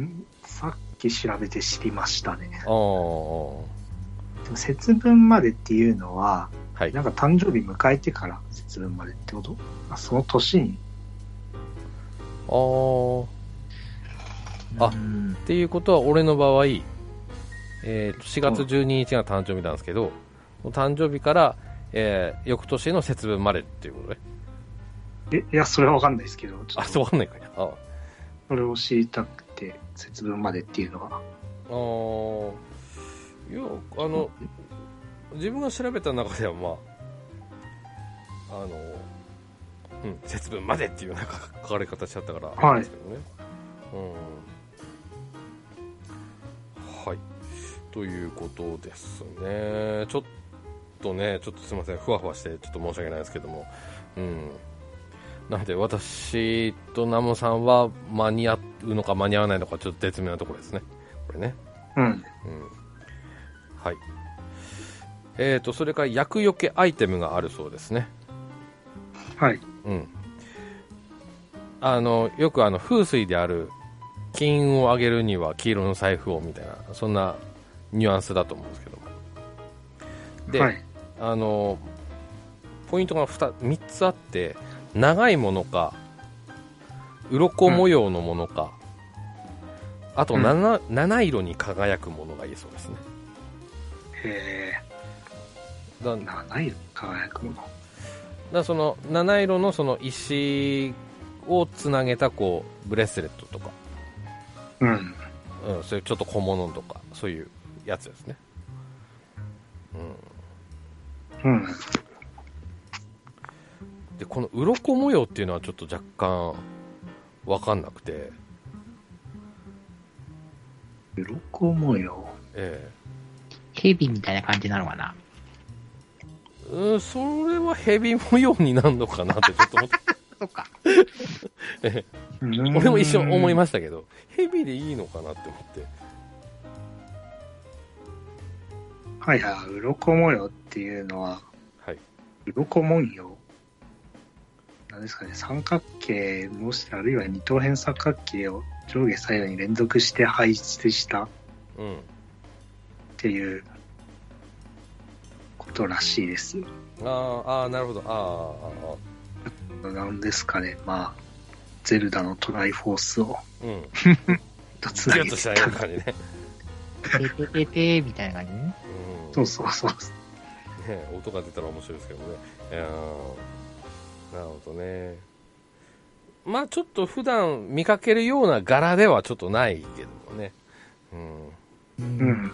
Speaker 2: んさっき調べて知りましたね。
Speaker 1: も
Speaker 2: でも節分までっていうのは、
Speaker 1: ああはい
Speaker 2: なんか誕生日迎えてから節分までってことあその年に。
Speaker 1: あーあ
Speaker 3: うん
Speaker 1: っていうことは俺の場合、えーと4月12日が誕生日なんですけど誕生日から、えー翌年の節分までっていうことね
Speaker 2: え、いや、それはわかんないですけど、ちょ
Speaker 1: あ
Speaker 2: っ
Speaker 1: そう
Speaker 2: と
Speaker 1: わかんないかいああ
Speaker 2: それを知りたくて、節分までっていうのは。
Speaker 1: あーいやあの自分が調べた中ではまああのうん節分までっていうなんか書かれ方しちゃったから
Speaker 2: い
Speaker 1: あれですけどね、うんはいということですねちょっとねちょっとすいませんふわふわしてちょっと申し訳ないですけどもうんなので私とナモさんは間に合うのか間に合わないのかちょっと絶妙なところですねこれね
Speaker 2: うん。
Speaker 1: うんはい。えー、と、それから厄除けアイテムがあるそうですね。
Speaker 2: はい。
Speaker 1: うん。あの、よくあの、風水である、金運を上げるには黄色の財布をみたいな、そんなニュアンスだと思うんですけどもで、
Speaker 2: はい。
Speaker 1: あのポイントが 3, 3つあって長いものか鱗模様のものか、あと
Speaker 2: うん
Speaker 1: 七七色に輝くものがいいそうですね
Speaker 2: え
Speaker 1: だ
Speaker 2: ー、なない輝くもの。
Speaker 1: だからその七色のその石をつなげたこうブレスレットとか、
Speaker 2: うん。
Speaker 1: うん、そういうちょっと小物とかそういうやつですね、う
Speaker 2: うん。
Speaker 1: ん、でこの鱗模様っていうのはちょっと若干わかんなくて、
Speaker 2: 鱗模様。
Speaker 1: え
Speaker 3: 蛇みたいな感じなのかな。
Speaker 1: えうん、それは蛇模様になるのかなってちょっと思って
Speaker 3: そっか。
Speaker 1: 俺も一
Speaker 2: 緒
Speaker 1: 瞬思いま
Speaker 2: し
Speaker 1: したけど蛇でいいのかなって思って
Speaker 2: た。はいはい。鱗模様っていうのは、
Speaker 1: はい
Speaker 2: 鱗文様。なんですかね、三角形、もしくはあるいは二等辺三角形を上下左右に連続して配置したっ
Speaker 1: うん
Speaker 2: ていうことらしいですよ。
Speaker 1: あーあーなるほどあ
Speaker 2: なんですかね、まあ、ゼルダのトライフォースを
Speaker 1: ーあーあーうん
Speaker 2: とつ
Speaker 1: キ
Speaker 2: な
Speaker 1: ュ
Speaker 2: げ
Speaker 1: ッとし
Speaker 2: てき
Speaker 1: た
Speaker 2: た。
Speaker 1: ような感じね、
Speaker 3: ててててみたいな感じね。
Speaker 1: うん、
Speaker 2: そうそうそう。
Speaker 1: ね、音が出たら面白いですけどね。いやーなるほどね。まあちょっと普段見かけるような柄ではちょっとないけどもね。うん。
Speaker 3: う
Speaker 2: う。ん。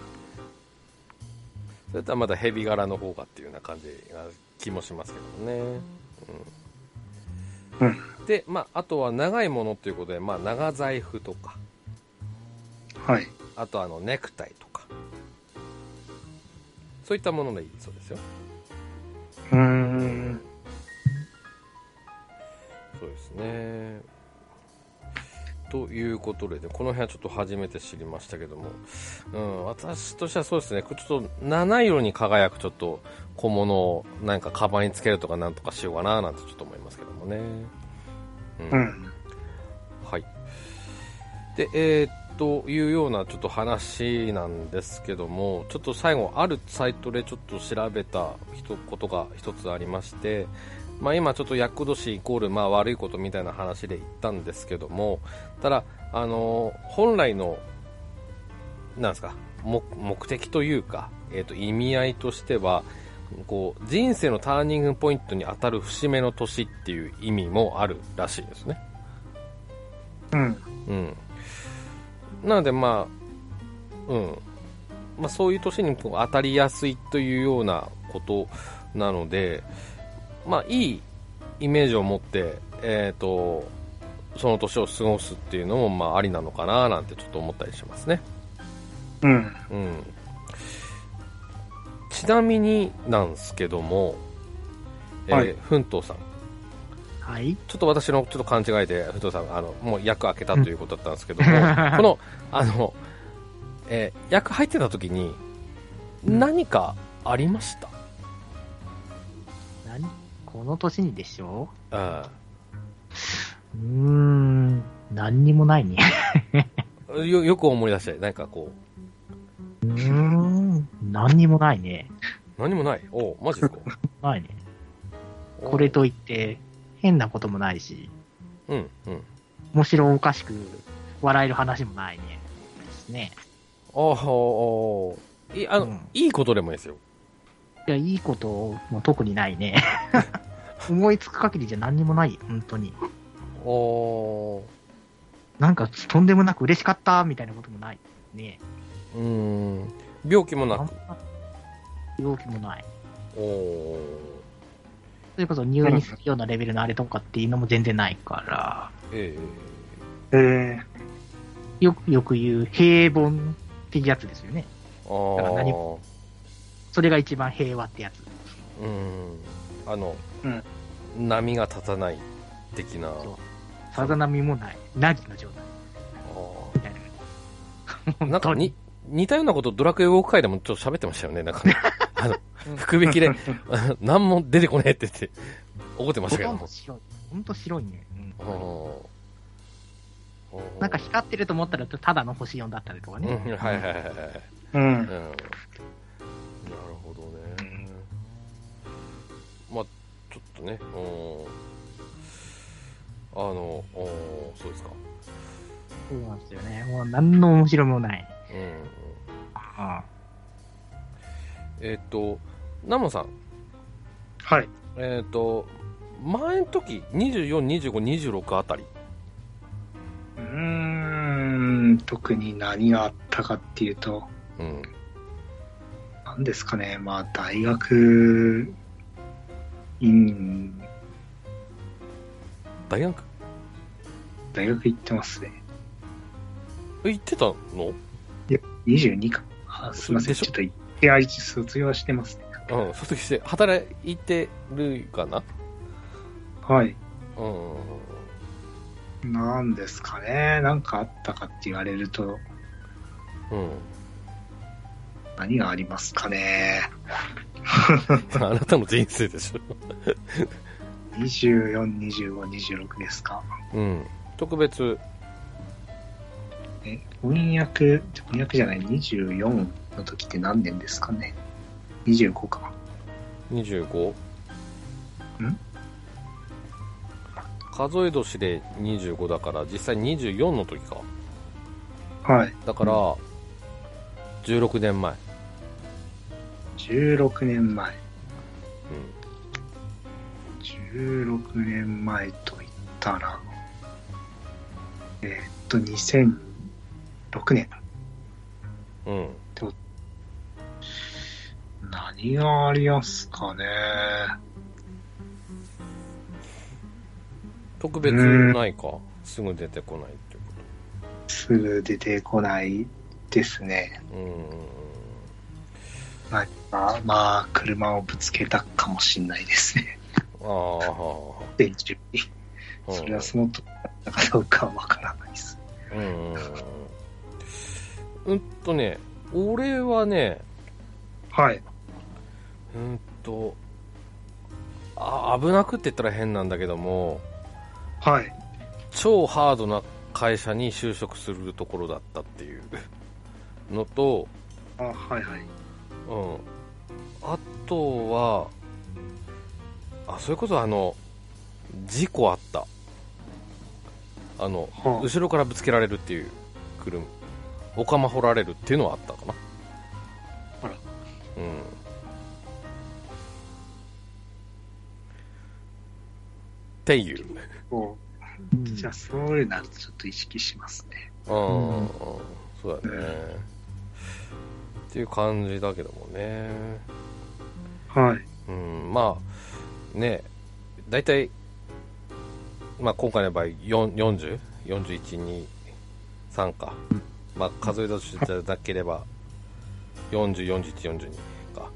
Speaker 1: それとはまだヘビ柄の方がっていうような感じが気もしますけどもね。う
Speaker 2: うん
Speaker 1: ん。で、まああとは長いものということで、まあ長財布とか、
Speaker 2: はい。
Speaker 1: あとあのネクタイとか。そういったものでいいそうですよ。
Speaker 2: うーん。
Speaker 1: そうですね。ということでね、この辺はちょっと初めて知りましたけども、うん、私としてはそうですね、ちょっと七色に輝くちょっと小物をなんかカバンにつけるとかなんとかしようかななんてちょっと思いますけどもね。うん
Speaker 2: うん。
Speaker 1: はい。で、えーっというようなちょっと話なんですけども、ちょっと最後、あるサイトでちょっと調べた一ことが一つありまして、まあ、今、ちょっと厄年イコールまあ悪いことみたいな話で言ったんですけども、ただ、あの本来のなんですか目目的というか、えーっと意味合いとしては、こう人生のターニングポイントに当たる節目の年っていう意味もあるらしいですね。
Speaker 2: うん。
Speaker 1: うん、なので、まあうんまあ、そういう年にこう当たりやすいというようなことなので、まあ、いいイメージを持って、えー、とその年を過ごすっていうのも、まあ、ありなのかななんてちょっと思ったりしますね、
Speaker 2: うん。
Speaker 1: うん、ちなみになんですけども、えー
Speaker 2: はい
Speaker 1: 奮闘さん
Speaker 3: はい。
Speaker 1: ちょっと私のちょっと勘違いで、不動さん、あの、もう役開けたということだったんですけ ども、この、あの、えー役入ってた時に、
Speaker 3: うん
Speaker 1: 何かありました、
Speaker 3: 何この年にでしょ
Speaker 1: うん
Speaker 3: うーん。何にもないね。
Speaker 1: よよく思い出して、なんかこう、
Speaker 3: うーん。何にもないね。
Speaker 1: 何もない。おうマジですか
Speaker 3: ないね。これ。といって、変なこともないし、
Speaker 1: おううん、うん。
Speaker 3: 面白おかしく笑える話もないね。ですね。
Speaker 1: ああ、おういいあの、
Speaker 3: うん
Speaker 1: いいことでもいいですよ。
Speaker 3: いや、いいことも特にない ね。思いつく限りじゃ何にもない、本当に。
Speaker 1: おう
Speaker 3: なんか、とんでもなく嬉しかった、みたいなこともない。ね
Speaker 1: うーん。病気も
Speaker 3: え。
Speaker 1: な
Speaker 3: あん
Speaker 1: く。
Speaker 3: ま病気もない。
Speaker 1: おう
Speaker 3: それこそ入院するようなレベルのあれとかっていうのも全然ないから、
Speaker 1: ええ
Speaker 2: えー、
Speaker 3: よくよく言う平凡ってやつですよね。だから
Speaker 1: あ
Speaker 3: 何
Speaker 1: あ。
Speaker 3: それが一番平和ってやつ。
Speaker 1: うんあの、
Speaker 2: うん
Speaker 1: 波が立たない的な。
Speaker 3: そうさざ波もない。なぎの状態みたい
Speaker 1: あー
Speaker 3: な。
Speaker 1: なんかに似たようなことドラクエウォーク会でもちょっと喋ってましたよね、なんか ね。あの
Speaker 3: うん、
Speaker 1: 福引きで、 何も出てこねえって言って、怒ってました
Speaker 3: 本当
Speaker 1: け
Speaker 3: に
Speaker 1: ど
Speaker 3: ほとん
Speaker 1: も
Speaker 3: ど。白い。ほんと白いね。
Speaker 1: あ
Speaker 3: うん
Speaker 1: ー
Speaker 3: なんか光ってると思ったらただの星4だったりとか
Speaker 1: う
Speaker 3: ね。
Speaker 1: んはいはいはいはい。 う
Speaker 2: う
Speaker 1: んん。なるほどね。まあ、ちょっとね、うんあの、うんそうですか。
Speaker 3: そうなんですよね。もう何の面白みもない。
Speaker 1: うんうん。
Speaker 3: あ
Speaker 1: えっと、ナモさん、
Speaker 2: はい。
Speaker 1: えっと、前の時、24、25、26あたり、
Speaker 2: うーん、特に何があったかっていうと、
Speaker 1: うん、
Speaker 2: なんですかね、まあ、大学院、
Speaker 1: 大学
Speaker 2: 大学行ってますね。
Speaker 1: え行ってたの
Speaker 2: 22か。あすいませ
Speaker 1: で
Speaker 2: ん、
Speaker 1: しょ
Speaker 2: ちょっと行って、愛知卒業してますね。
Speaker 1: うん、卒業して、働いてるかな
Speaker 2: はい。
Speaker 1: うん。
Speaker 2: なんですかね、なんかあったかって言われると、
Speaker 1: うん。
Speaker 2: 何がありますかね。
Speaker 1: あなたの人生でしょ。
Speaker 2: 24、25、26ですか。
Speaker 1: うん。特別、
Speaker 2: え、翻訳、翻訳じゃない、24の時って何年ですかね。25か。
Speaker 1: 25?
Speaker 2: ん
Speaker 1: 数え年で25だから実際24の時か
Speaker 2: はい。
Speaker 1: だから、
Speaker 2: う
Speaker 1: 16年前、
Speaker 2: 16年前。16年前と言ったら、えーっと、2006年。
Speaker 1: うんうん、
Speaker 2: 何がありますかね。
Speaker 1: 特別ないか、すぐ出てこないってこ
Speaker 2: すぐ出てこないですね。
Speaker 1: とうん
Speaker 2: まあ、まあ、車をぶつけたかもしれないですね。
Speaker 1: あ
Speaker 2: 電柱に。
Speaker 1: あ
Speaker 2: それはその時だったかどうかはわからないです。
Speaker 1: うんうんとね俺はね
Speaker 2: はい。
Speaker 1: うんとあ危なくって言ったら変なんだけども、
Speaker 2: はい。
Speaker 1: 超ハードな会社に就職するところだったっていうのと、
Speaker 2: あ、はいはい。
Speaker 1: うん、あとはあそれこそあの事故あったあの
Speaker 2: は
Speaker 1: 後ろからぶつけられるっていう車お釜掘られるっていうのはあったかな
Speaker 2: あら
Speaker 1: うんっていう
Speaker 2: あ、こ
Speaker 3: あ
Speaker 2: うじゃあ、そういうなるとちょっと意識しますね。
Speaker 1: うん
Speaker 3: うん
Speaker 1: そうだね、っていう感じだけどもね
Speaker 2: はい。
Speaker 1: うんまあね大体、まあ、今回の場合404123か、まあ、数え年じゃなければ404142か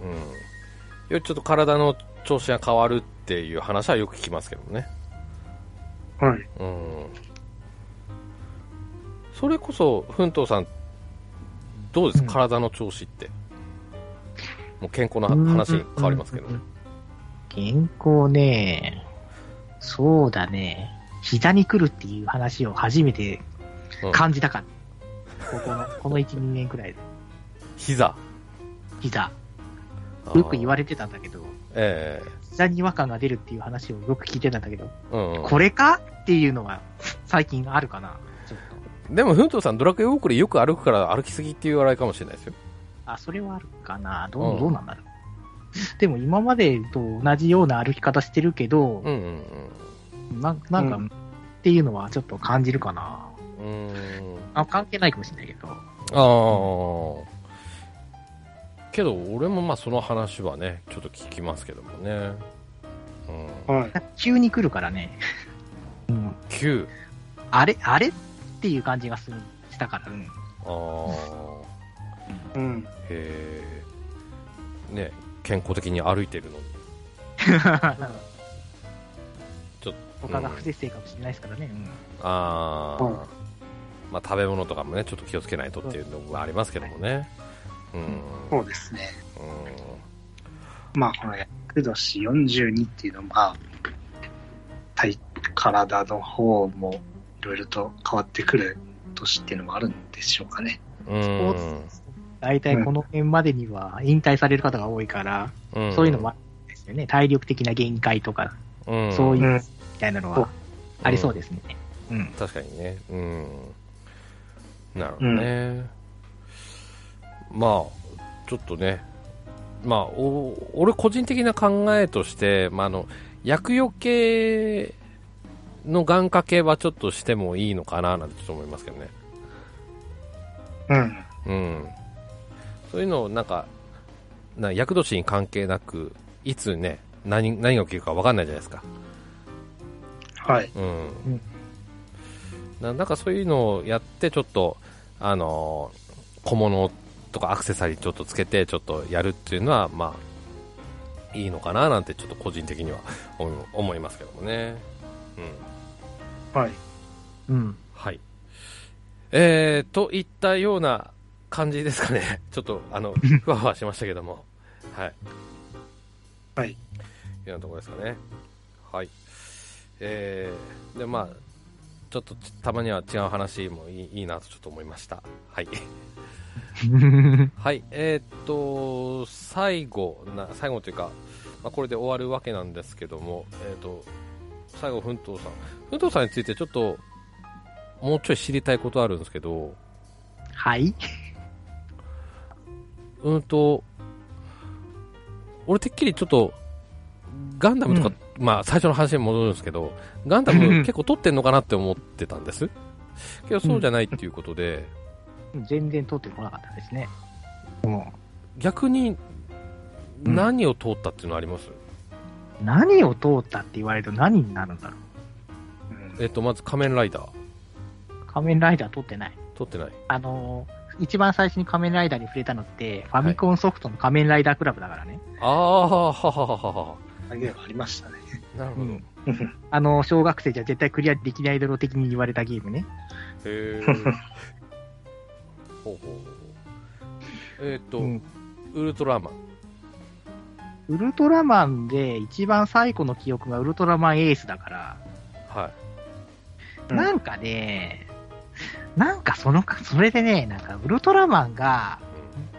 Speaker 1: うんよりちょっと体の調子が変わるっていう話はよく聞きますけどね
Speaker 2: はい。
Speaker 1: うんそれこそ、奮闘さん、どうです、
Speaker 3: うん
Speaker 1: 体の調子って。もう健康の話に変わりますけど。
Speaker 3: うん。健康ね、そうだね、膝に来るっていう話を初めて感じたかった。ここの、 この1、2年くらいで。
Speaker 1: 膝。
Speaker 3: 膝。よく言わ
Speaker 1: れ
Speaker 3: れてたんだけど、
Speaker 1: え
Speaker 3: 膝に違和感が出るっていう話をよく聞いてたんだけど、
Speaker 1: えうん
Speaker 3: これかっていうのは最近あるかな。ちょっと。
Speaker 1: うん。でも、奮闘さん、ドラクエウォークでよく歩くから歩きすぎっていうあれかもしれないですよ。
Speaker 3: あ、それはあるかな。どう、
Speaker 1: うん
Speaker 3: どうなんだろう。でも今までと同じような歩き方してるけど、
Speaker 1: うんうん
Speaker 3: ななんか、
Speaker 2: う
Speaker 3: っていうのはちょっと感じるかな。
Speaker 1: うん。うーん。
Speaker 3: あ関係ないかもしれないけど。
Speaker 1: ああ。けど、俺もまあ、その話はね、ちょっと聞きますけどもね。うん。
Speaker 2: はい。
Speaker 3: 急に来るからね。うん。
Speaker 1: 9。
Speaker 3: あれ、あれっていう感じがする、したから。 うん。
Speaker 1: ああ。
Speaker 2: うん。
Speaker 1: へえ、ね、健康的に歩いてるのにちょっと
Speaker 3: 他が不適正かもしれないですからね。うん。
Speaker 1: ああ、
Speaker 2: うん
Speaker 1: まあ、食べ物とかもねちょっと気をつけないとっていうのもありますけどもねうん、うん
Speaker 2: そうですね。まあ、この厄年42っていうのは、まあ、体、体の方もいろいろと変わってくる年っていうのもあるんでしょうかね。
Speaker 1: うん
Speaker 3: スポーツ大体この辺までには引退される方が多いから、
Speaker 1: うん
Speaker 3: そういうのもあるんですよね。体力的な限界とか、
Speaker 1: うん
Speaker 3: そういううんみたいなのはありそうですね。うん。
Speaker 1: 確かにね。うん。なるほどね。まあ、ちょっとね、まあ、お俺個人的な考えとして、まあ、あの、薬用系の願掛けはちょっとしてもいいのかななんてちょっと思いますけどね。
Speaker 2: うん。
Speaker 1: うん。そういうのをなんか、な厄年に関係なく、いつね、何、何が起きるか分かんないじゃないですか。
Speaker 2: はい。
Speaker 1: うん
Speaker 3: うん
Speaker 1: ななんかそういうのをやってちょっと、あのー小物とかアクセサリーちょっとつけてちょっとやるっていうのはまあいいのかななんてちょっと個人的には思い思いますけどもね、うん、
Speaker 2: はい。
Speaker 3: うん。
Speaker 1: はいえー、といったような感じですかね ちょっとあ のふわふわしましたけどもはい
Speaker 2: はい。
Speaker 1: いうようなところですかね。はい。えー、で、まあ、ちょっとちたまには違う話もいいいいなとちょっと思いました。はい。はい。えーっと、最後な、最後というか、まあ、これで終わるわけなんですけども、えーっと、最後、奮闘さん。奮闘さんについてちょっと、もうちょい知りたいことあるんですけど、
Speaker 3: はい。
Speaker 1: うんと、俺てっきりちょっと、ガンダムとか、まあ最初の話に戻るんですけど、ガンダム結構撮ってんのかなって思ってたんです。けどそうじゃないっていうことで、
Speaker 3: 全然通ってこなかったですね。も
Speaker 1: 逆に
Speaker 3: うん
Speaker 1: 何を通ったっていうのあります、
Speaker 3: う、何を通ったって言われると何になるんだろ
Speaker 2: うん
Speaker 1: えっと、まず仮面ライダー。
Speaker 3: う。仮面ライダー通ってない。
Speaker 1: 撮ってない。
Speaker 3: あのー一番最初に仮面ライダーに触れたのって、ファミコンソフトの仮面ライダークラブだからね。
Speaker 1: ああ、ははははは。
Speaker 2: あげはありましたね。
Speaker 1: なるほ
Speaker 3: う
Speaker 1: ど。へ
Speaker 3: ん。あのー小学生じゃ絶対クリアできないだろう的に言われたゲームね。
Speaker 1: え。ほうほうほう。えっと、
Speaker 3: うん。
Speaker 1: ウルトラマン。
Speaker 3: ウルトラマンで一番最古の記憶がウルトラマンエースだから、
Speaker 1: はい。
Speaker 2: うん
Speaker 3: なんかね、なんかそのか、それでね、なんかウルトラマンが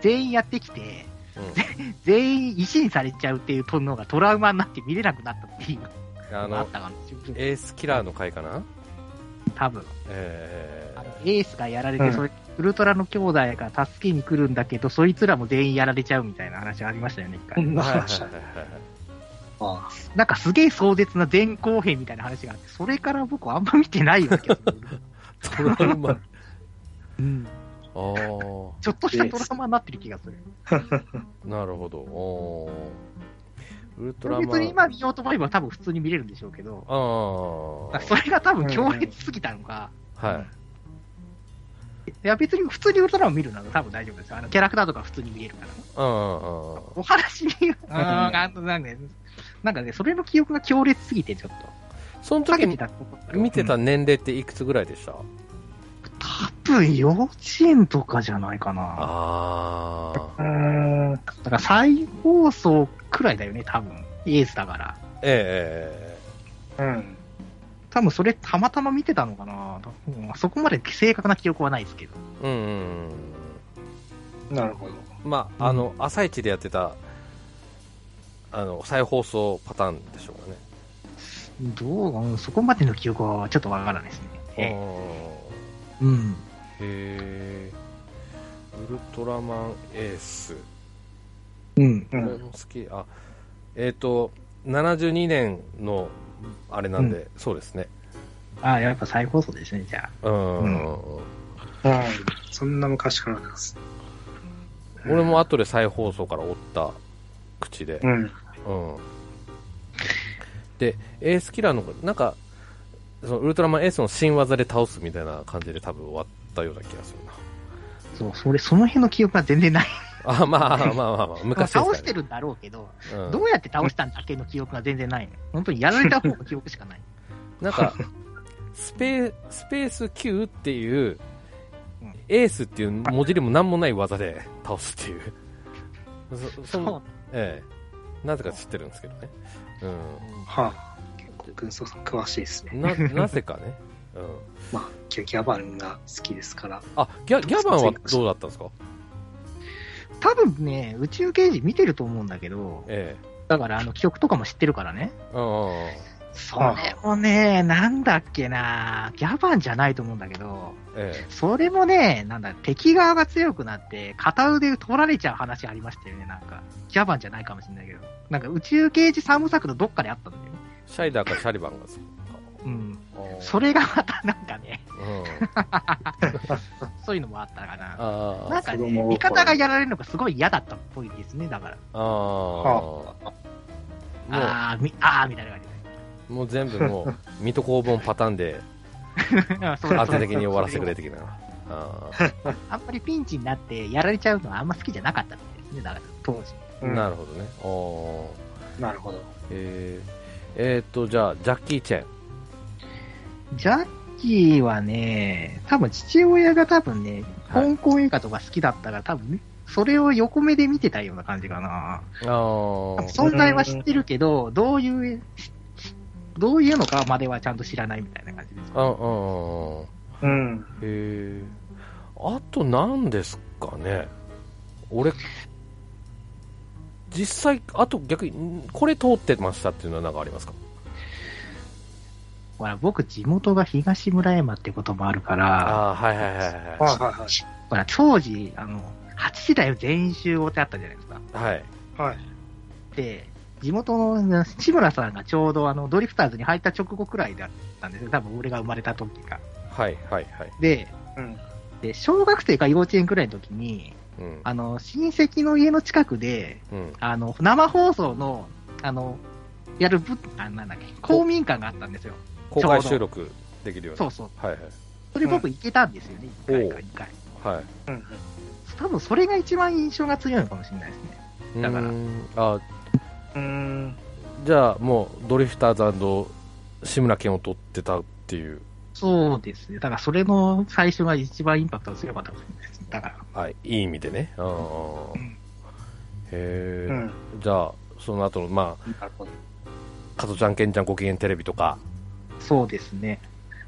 Speaker 3: 全員やってきて、
Speaker 1: うん。うん
Speaker 3: 全員石にされちゃうっていうとのがトラウマになって見れなくなったっていう
Speaker 1: あ
Speaker 3: のがあっ
Speaker 1: の、
Speaker 3: たかな、
Speaker 1: エースキラーの回かな
Speaker 3: 多分。
Speaker 1: え
Speaker 3: あの
Speaker 1: ー、
Speaker 3: エースがやられ
Speaker 2: う
Speaker 3: て、
Speaker 2: ん
Speaker 3: それ、ウルトラの兄弟が助けに来るんだけど、そいつらも全員やられちゃうみたいな話ありましたよね、一
Speaker 2: こ
Speaker 3: 回。
Speaker 2: んな
Speaker 1: はいはい
Speaker 2: 話だ
Speaker 1: はいはい
Speaker 2: あ
Speaker 3: なんかすげえ壮絶な前後編みたいな話があって、それから僕あんま見てないわけですよ。
Speaker 1: トラウマ。あ
Speaker 3: うん
Speaker 1: あー、
Speaker 3: ちょっとしたトラウマになってる気がする。
Speaker 1: なるほど。おーウルトラマ
Speaker 3: 別に
Speaker 1: ン。
Speaker 3: 今見ようと思えば多分普通に見れるんでしょうけど、
Speaker 1: ああ、は
Speaker 3: それが多分強烈すぎたのか、
Speaker 1: い。
Speaker 3: いや別に普通にウルトラマン見るなら多分大丈夫ですよ。あのキャラクターとか普通に見れるから。
Speaker 1: うんうんうん。
Speaker 3: お話に、うーんあのなんかね、なんかね、それの記憶が強烈すぎてちょっ
Speaker 1: その
Speaker 3: と、避け
Speaker 1: 時
Speaker 3: てた
Speaker 1: 見てた年齢っていくつぐらいでした、
Speaker 3: 多分幼稚園とかじゃないかな。
Speaker 1: ああ、
Speaker 2: あ。うん。
Speaker 3: だから再放送くらいだよね、多分。エースだから。
Speaker 1: え
Speaker 2: うん。
Speaker 3: 多分それたまたま見てたのかな。うんそこまで正確な記憶はないですけど。
Speaker 1: えええうんうん
Speaker 2: なるほど。
Speaker 1: うん。まあ、あの、朝一でやってた、あの、再放送パターンでしょうかね。
Speaker 3: どう、うんそこまでの記憶はちょっとわからないですね。え
Speaker 1: うん
Speaker 3: えう
Speaker 1: へ
Speaker 3: ん。
Speaker 1: え。ウルトラマンエース。
Speaker 3: うん。
Speaker 2: う
Speaker 1: これ
Speaker 2: ん。
Speaker 1: も好き、あえっ、と72年のあれなんで、そうですね
Speaker 3: ああ、やっぱ再放送ですね、じゃ
Speaker 1: うん、
Speaker 2: うん。そんな昔からなんです。
Speaker 1: 俺も後で再放送から追った口で
Speaker 2: う、ん。
Speaker 1: うんでエースキラーのなんかそのウルトラマンエースの新技で倒すみたいな感じで多分終わったような気がするな
Speaker 3: あ。そう、それ、その辺の記憶が全然ない。
Speaker 1: あまあまあまあまあ、まあ、昔ですから、ね、
Speaker 3: 倒してるんだろうけど、
Speaker 1: うん
Speaker 3: どうやって倒したんだっけの記憶が全然ないの。本当にやられた方の記憶しかない。
Speaker 1: なんか、スペスペース Q っていう
Speaker 3: うん、
Speaker 1: エースっていう文字でも何もない技で倒すっていう。そそ
Speaker 3: そう
Speaker 1: のええ。なぜか知ってるんですけどね。
Speaker 2: はあ。結構、軍曹さん詳しいです
Speaker 1: う
Speaker 2: ね。
Speaker 1: ん。な、なぜかね。うん。
Speaker 2: まあ、ギャギャバンが好きですから。
Speaker 1: あ、ギャ、ギャバンはどうだったんですか
Speaker 3: 多分ね、宇宙刑事見てると思うんだけど、
Speaker 1: え
Speaker 3: だからあの記憶とかも知ってるからね。
Speaker 1: え。うんうんうん。
Speaker 3: それもね、なんだっけな、ギャバンじゃないと思うんだけど、
Speaker 1: え
Speaker 3: それもね、なんだ、敵側が強くなって、片腕取られちゃう話ありましたよね、なんか。ギャバンじゃないかもしれないけど。なんか宇宙刑事三部作のどっかであったんだよね。
Speaker 1: え。シャイダーかシャリバンがそう
Speaker 3: うん。
Speaker 1: あー
Speaker 3: それがまたなんかね、
Speaker 1: うん。
Speaker 3: そういうのもあったかな。
Speaker 1: あ
Speaker 3: なん
Speaker 1: あ。
Speaker 3: か
Speaker 2: 子
Speaker 3: ね、
Speaker 2: 供を
Speaker 3: 味方がやられるのがすごい嫌だったっぽいですね、だから。
Speaker 1: ああ。もう、
Speaker 3: あーみあーみたいな感じで。
Speaker 1: もう全部もう、水戸黄門パターンで、
Speaker 3: そうそう
Speaker 1: 安定的に終わらせてくれ的な。あ
Speaker 3: あんまりピンチになってやられちゃうのはあんま好きじゃなかったみたいですね、だから当時。
Speaker 1: あ。なるほどね。おー
Speaker 2: なるほど。
Speaker 1: えーえーっと、じゃあ、ジャッキー・チェン。
Speaker 3: ジャッキーはね、多分父親が多分ね、
Speaker 1: はい
Speaker 3: 香港映画とか好きだったから、多分ねそれを横目で見てたような感じかな。
Speaker 1: あー
Speaker 3: 存在は知ってるけど、どういう、どういうのかまではちゃんと知らないみたいな感じです。
Speaker 1: うんうんうんうん。
Speaker 2: うん。
Speaker 1: へえあと何ですかね俺実際あと逆にんこれ通ってましたっていうのは何かありますか
Speaker 3: ほら、僕地元が東村山ってこともあるから、
Speaker 1: ああーはいはいはい
Speaker 2: はい
Speaker 1: は
Speaker 2: は
Speaker 3: ほら、当時、あの、8時台全員集合ってあったじゃないですか。
Speaker 1: いはい
Speaker 2: いはい。はい。
Speaker 3: で、地元の志村さんがちょうどあのドリフターズに入った直後くらいだったんですよ、多分俺が生まれた時が。
Speaker 1: はいはいはい
Speaker 3: で、
Speaker 2: うん。
Speaker 3: で小学生か幼稚園くらいの時に、
Speaker 1: うん
Speaker 3: あの親戚の家の近くで、
Speaker 1: うん
Speaker 3: あの生放送の、あの、やるぶあなんだっけ公民館があったんですよ。
Speaker 1: 公開収録できるよう
Speaker 3: そ
Speaker 1: な
Speaker 3: うそう。
Speaker 1: はいはい
Speaker 3: それ僕行けたんですよね、一回か2回。
Speaker 1: はい
Speaker 2: うん。
Speaker 3: 多分それが一番印象が強いのかもしれないですね。だから
Speaker 1: うーんあ
Speaker 2: うん。
Speaker 1: じゃあもうドリフターズ志村けんを撮ってたっていう
Speaker 3: そうですね。だからそれの最初が一番インパクトが強かったかもしれないですね。だから。
Speaker 1: あいい意味でねあー
Speaker 3: う
Speaker 1: へ
Speaker 3: ん
Speaker 2: う
Speaker 1: え、
Speaker 2: ん。
Speaker 1: じゃあその後のまあ
Speaker 2: なるほど。
Speaker 1: 加トちゃんけんちゃんご機嫌テレビとか
Speaker 3: そうですね。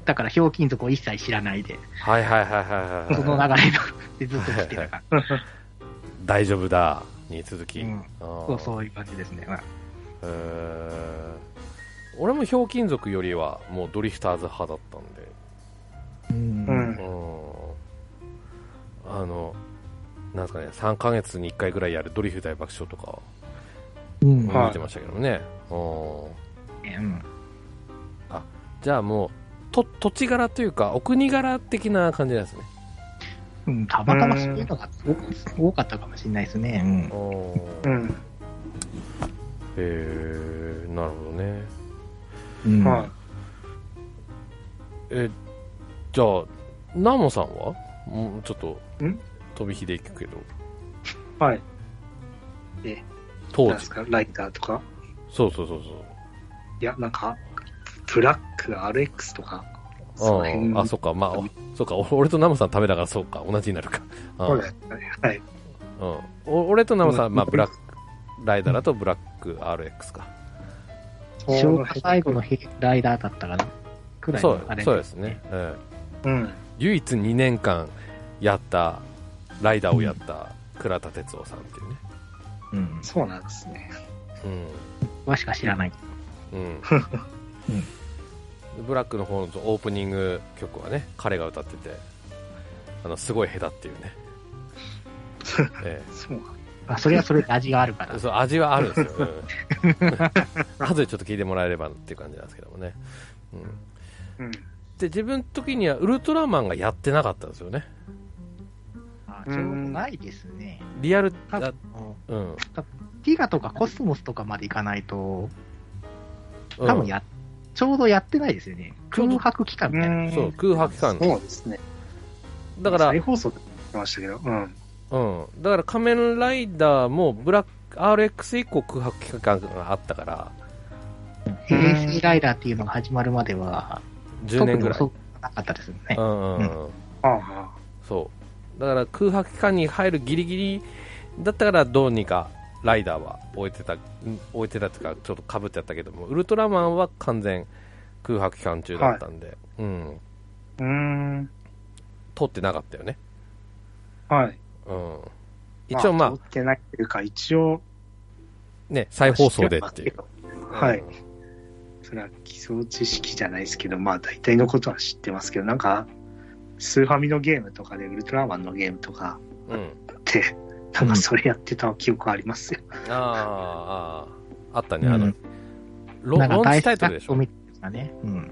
Speaker 3: だから、ひょうきん族を一切知らないで、
Speaker 1: はいはいはいはい
Speaker 3: そ
Speaker 1: は
Speaker 3: の
Speaker 1: い、
Speaker 3: 流れでずっと来てたから、
Speaker 1: 大丈夫だに続き、
Speaker 3: うん
Speaker 1: あー
Speaker 3: そうそういう感じですね。まあ
Speaker 1: えー俺もひょうきん族よりはもうドリフターズ派だったんで、
Speaker 2: う
Speaker 3: う。
Speaker 2: んん。
Speaker 1: うん、あのなんですかね3ヶ月に1回ぐらいやるドリフ大爆笑とか
Speaker 3: うん。
Speaker 2: はい
Speaker 1: 見てましたけどね、うん
Speaker 3: うん
Speaker 1: じゃあもうと土地柄というかお国柄的な感じなんですね
Speaker 3: うん。たまたまそういうのが多かったかもしれないですね。うん。
Speaker 1: うん
Speaker 2: う
Speaker 1: へ
Speaker 2: ん。
Speaker 1: えなるほどね
Speaker 3: うん
Speaker 2: はい。
Speaker 1: えじゃあナモさんはもうちょっと
Speaker 2: ん
Speaker 1: 飛び火でいくけど
Speaker 2: はい。
Speaker 1: 当
Speaker 2: なんで
Speaker 1: 時
Speaker 2: すかライターとか
Speaker 1: そうそうそうそう
Speaker 2: いや、なんか、ブラック、RX とか、の辺
Speaker 1: ああ、そっか、まあ、おそうか、お俺とナムさんためだから、そうか、同じになるか。うん
Speaker 2: そうだよねはい。
Speaker 1: うん、お俺とナムさん、まあ、
Speaker 2: うん
Speaker 1: ブラック、ライダーだとブラック RX か。
Speaker 3: 昭和最後のヘライダーだったかな。くらい
Speaker 1: そ
Speaker 3: の
Speaker 1: う
Speaker 3: あれ
Speaker 1: そうですね、うん。
Speaker 2: うん。
Speaker 1: 唯一2年間やった、ライダーをやった倉田哲夫さんっていうね。
Speaker 3: うん。
Speaker 2: そうなんですね。
Speaker 3: はしか知らない。
Speaker 1: うん。うん。ブラックの方のオープニング曲はね、彼が歌ってて、あの、すごい下手っていうね。ええ
Speaker 2: そう
Speaker 3: あ、それはそれで味があるから。
Speaker 1: そう味はあるんですよ、うん、後でちょっと聞いてもらえればっていう感じなんですけどもね、うん、
Speaker 2: うん。
Speaker 1: で自分の時にはウルトラマンがやってなかったんですよね
Speaker 3: あ
Speaker 2: うん
Speaker 3: ちょうどないですね。
Speaker 1: リアル
Speaker 3: 多分
Speaker 1: あ、うん
Speaker 3: ティガとかコスモスとかまでいかないと、
Speaker 1: うん
Speaker 3: 多分や、ちょうどやってないですよね。空白期間みたいな。
Speaker 2: うん
Speaker 1: そう空白期間
Speaker 2: そうですね。
Speaker 1: だから、
Speaker 2: 再放送で言ってましたけど、うん。
Speaker 1: うん、だから仮面ライダーもブラック RX 以降空白期間があったから
Speaker 3: 平成ライダーっていうのが始まるまでは、
Speaker 1: 10年ぐらい、
Speaker 3: 特に遅くなかったですよね
Speaker 1: う。んうんうん、
Speaker 2: ああ、
Speaker 1: そうだから空白期間に入るギリギリだったからどうにかライダーは終えてたん終えてたというかちょっとかぶっちゃったけどもウルトラマンは完全空白期間中だったんで、うん
Speaker 2: うーん。
Speaker 1: 通ってなかったよね
Speaker 2: はい。
Speaker 1: うん一応まあ
Speaker 2: 通、ってないというか、一応、
Speaker 1: ね、再放送で っていう。
Speaker 2: はい。それは基礎知識じゃないですけど、まあ大体のことは知ってますけど、なんか、スーファミのゲームとかでウルトラマンのゲームとか
Speaker 1: うん。うん。
Speaker 2: って、なんかそれやってた記憶ありますよ。
Speaker 1: あーあー、あったね、
Speaker 3: うん
Speaker 1: あの、ロ
Speaker 3: なん
Speaker 1: ロ
Speaker 3: か
Speaker 1: ン
Speaker 3: 大
Speaker 1: チタイト
Speaker 3: 好きな
Speaker 1: ルでしょ。
Speaker 3: みたいなね。うん。
Speaker 1: うん。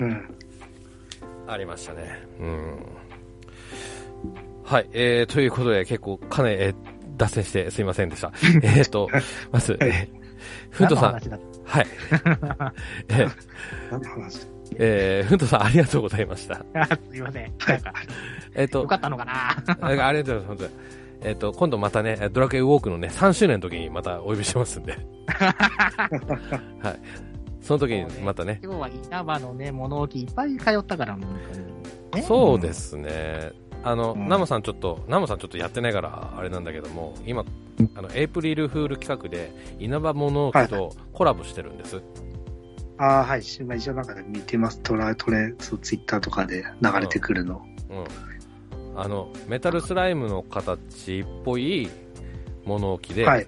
Speaker 2: うん。
Speaker 1: ありましたね。うん。はい、えー、ということで、結構、かなり、えー脱線してすいませんで した。えっと、まず、えーふんとさん、
Speaker 3: 何の話だっ
Speaker 1: はい。 えー
Speaker 2: 何の話
Speaker 1: えー、ふんとさん、ありがとうございました。
Speaker 3: たあすいません。なんか、
Speaker 1: えっ、と
Speaker 3: よか、ったのかな
Speaker 1: あありがとうございます、本当に。えっ、と、今度またね、ドラクエウォークのね、3周年の時にまたお呼びして ますんで。はい。その時にまたね。
Speaker 3: 今日は稲葉のね、物置いっぱい通ったから、もう本当にね
Speaker 1: そうで。すね。あの、
Speaker 3: うん
Speaker 1: ナモさんちょっと、ナモさんちょっとやってないから、あれなんだけども、今、あの、エイプリルフール企画で、稲葉物置とコラボしてるんです。
Speaker 2: ああ、はい。まあ一応なんか見てます。トラ、トレ、そう、ツイッターとかで流れてくるの。
Speaker 1: うん。あの、メタルスライムの形っぽい物置で、
Speaker 2: はい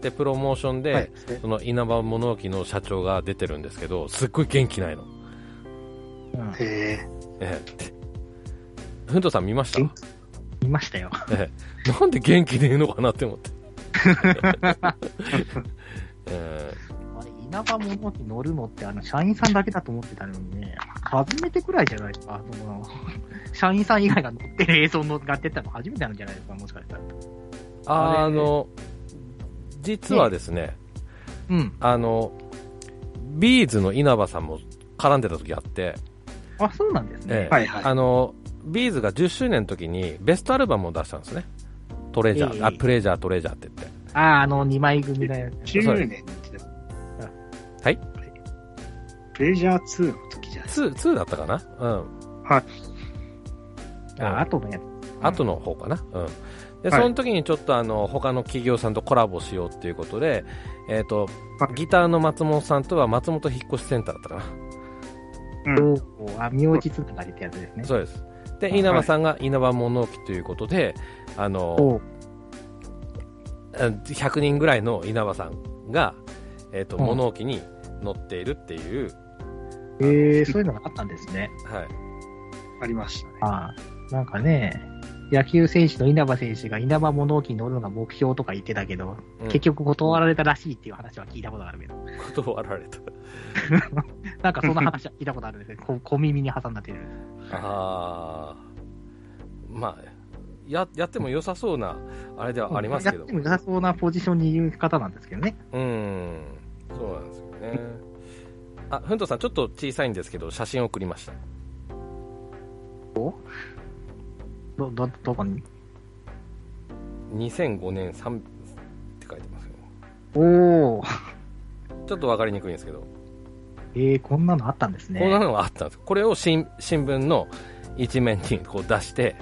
Speaker 1: で、プロモーションで、
Speaker 2: はい。
Speaker 1: その稲葉物置の社長が出てるんですけど、すっごい元気ないの。
Speaker 3: うん
Speaker 2: ええ
Speaker 1: ええ。ふんとさん見ました
Speaker 2: 元
Speaker 3: 見ましたよ。
Speaker 1: ええなんで元気でいいのかなって 思って。え
Speaker 3: あれ、稲葉物置乗るのって、あの、社員さんだけだと思ってたのにね、初めてくらいじゃないですか、その、社員さん以外が乗ってる映像乗ってたの初めてなんじゃないですか、もしかしたら。
Speaker 1: えあ
Speaker 3: あれ
Speaker 1: の、実はですね、
Speaker 3: うん。
Speaker 1: あの、ビーズの稲葉さんも絡んでた時あって、
Speaker 3: あ、そうなんですね。
Speaker 1: ええ
Speaker 2: はいはい
Speaker 1: あの、ビーズが10周年の時にベストアルバムを出したんですね。トレジャー、
Speaker 3: ええ
Speaker 1: あ、プレジャー、トレジャーって言って。
Speaker 3: ああ、あの、2枚組だよ。
Speaker 2: 10年って。
Speaker 1: はい
Speaker 2: プレジャー2の時じゃないです
Speaker 1: 2、2だったかなうん。
Speaker 3: あ、あとのやつ。
Speaker 1: 後の方かな、うん、で
Speaker 2: はい
Speaker 1: その時にちょっとあの他の企業さんとコラボしようっていうことで、えー、と
Speaker 2: はい
Speaker 1: ギターの松本さんとは松本引っ越しセンターだったかな、
Speaker 2: うん
Speaker 3: どうあ、名字つながりってやつですね。
Speaker 1: そうです
Speaker 3: は
Speaker 1: で
Speaker 3: い
Speaker 1: 稲葉さんが稲葉物置ということで、あの
Speaker 3: おう
Speaker 1: 100人ぐらいの稲葉さんが、えー、と
Speaker 3: うん
Speaker 1: 物置に乗っているっていう、
Speaker 3: えー、そういうのがあったんですね。
Speaker 1: はい、
Speaker 2: ありましたね。
Speaker 3: ああ、なんかね、野球選手の稲葉選手が稲葉物置に乗るのが目標とか言ってたけど、
Speaker 1: うん
Speaker 3: 結局断られたらしいっていう話は聞いたことあるけど、
Speaker 1: 断ら れた
Speaker 3: なんかその話は聞いたことあるんですね。こ小耳に挟んだてる。
Speaker 1: あーまあややっても良さそうなあれではありますけ
Speaker 3: や
Speaker 1: ど
Speaker 3: っても良さそうなポジションにいる方なんですけどね。
Speaker 1: うん、そうなんですよね。あ、ふんとさん、ちょっと小さいんですけど、写真送りました。
Speaker 3: ど、ど、どこに
Speaker 1: 2005年3って書いてますよ。
Speaker 3: おお、
Speaker 1: ちょっとわかりにくいんですけど、
Speaker 3: えー、こんなのあったんですね。
Speaker 1: こんなのがあったんです。これを新新聞の一面にこう出して、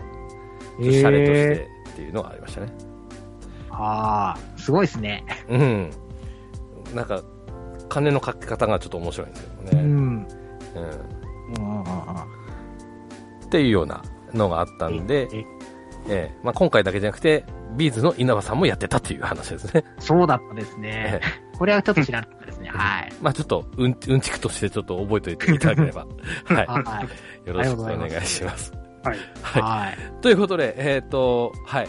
Speaker 3: え
Speaker 1: シャレとし
Speaker 3: ー
Speaker 1: てっていうのがありましたね。
Speaker 3: ああ、すごいですね。
Speaker 1: うん。なんか、金のかけ方がちょっと面白いんですけ
Speaker 3: う
Speaker 1: どね。
Speaker 3: ん。
Speaker 1: うん。
Speaker 3: うんうんうんうん
Speaker 1: っていうようなのがあったんで、
Speaker 3: ええ
Speaker 1: ええまあ、今回だけじゃなくて、ビーズの稲葉さんもやってたっていう話です ね。
Speaker 3: そうだったです
Speaker 1: え
Speaker 3: ね
Speaker 1: え。
Speaker 3: これはちょっと知らなかった ですね。はい。
Speaker 1: まあちょっと、うん、うんちくとしてちょっと覚えておいていただけれ ば。は
Speaker 3: はい。
Speaker 1: い。よろしくお願いします。
Speaker 2: はい。
Speaker 1: は
Speaker 3: はい。
Speaker 1: い。ということで、えっ、と、はい。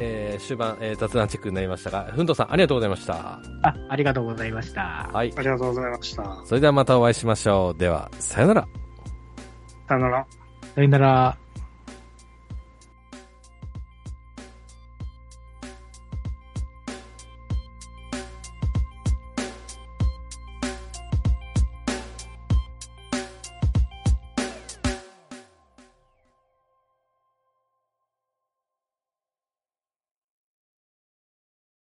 Speaker 1: えー、終盤、えー雑談チェックになりましたが、ふんどさんありがとうございました。
Speaker 3: あ、ありがとうございました。
Speaker 1: はい
Speaker 2: あ。りがとうございました。
Speaker 1: それではまたお会いしましょう。では、さよなら。
Speaker 2: さよなら。
Speaker 3: さよなら。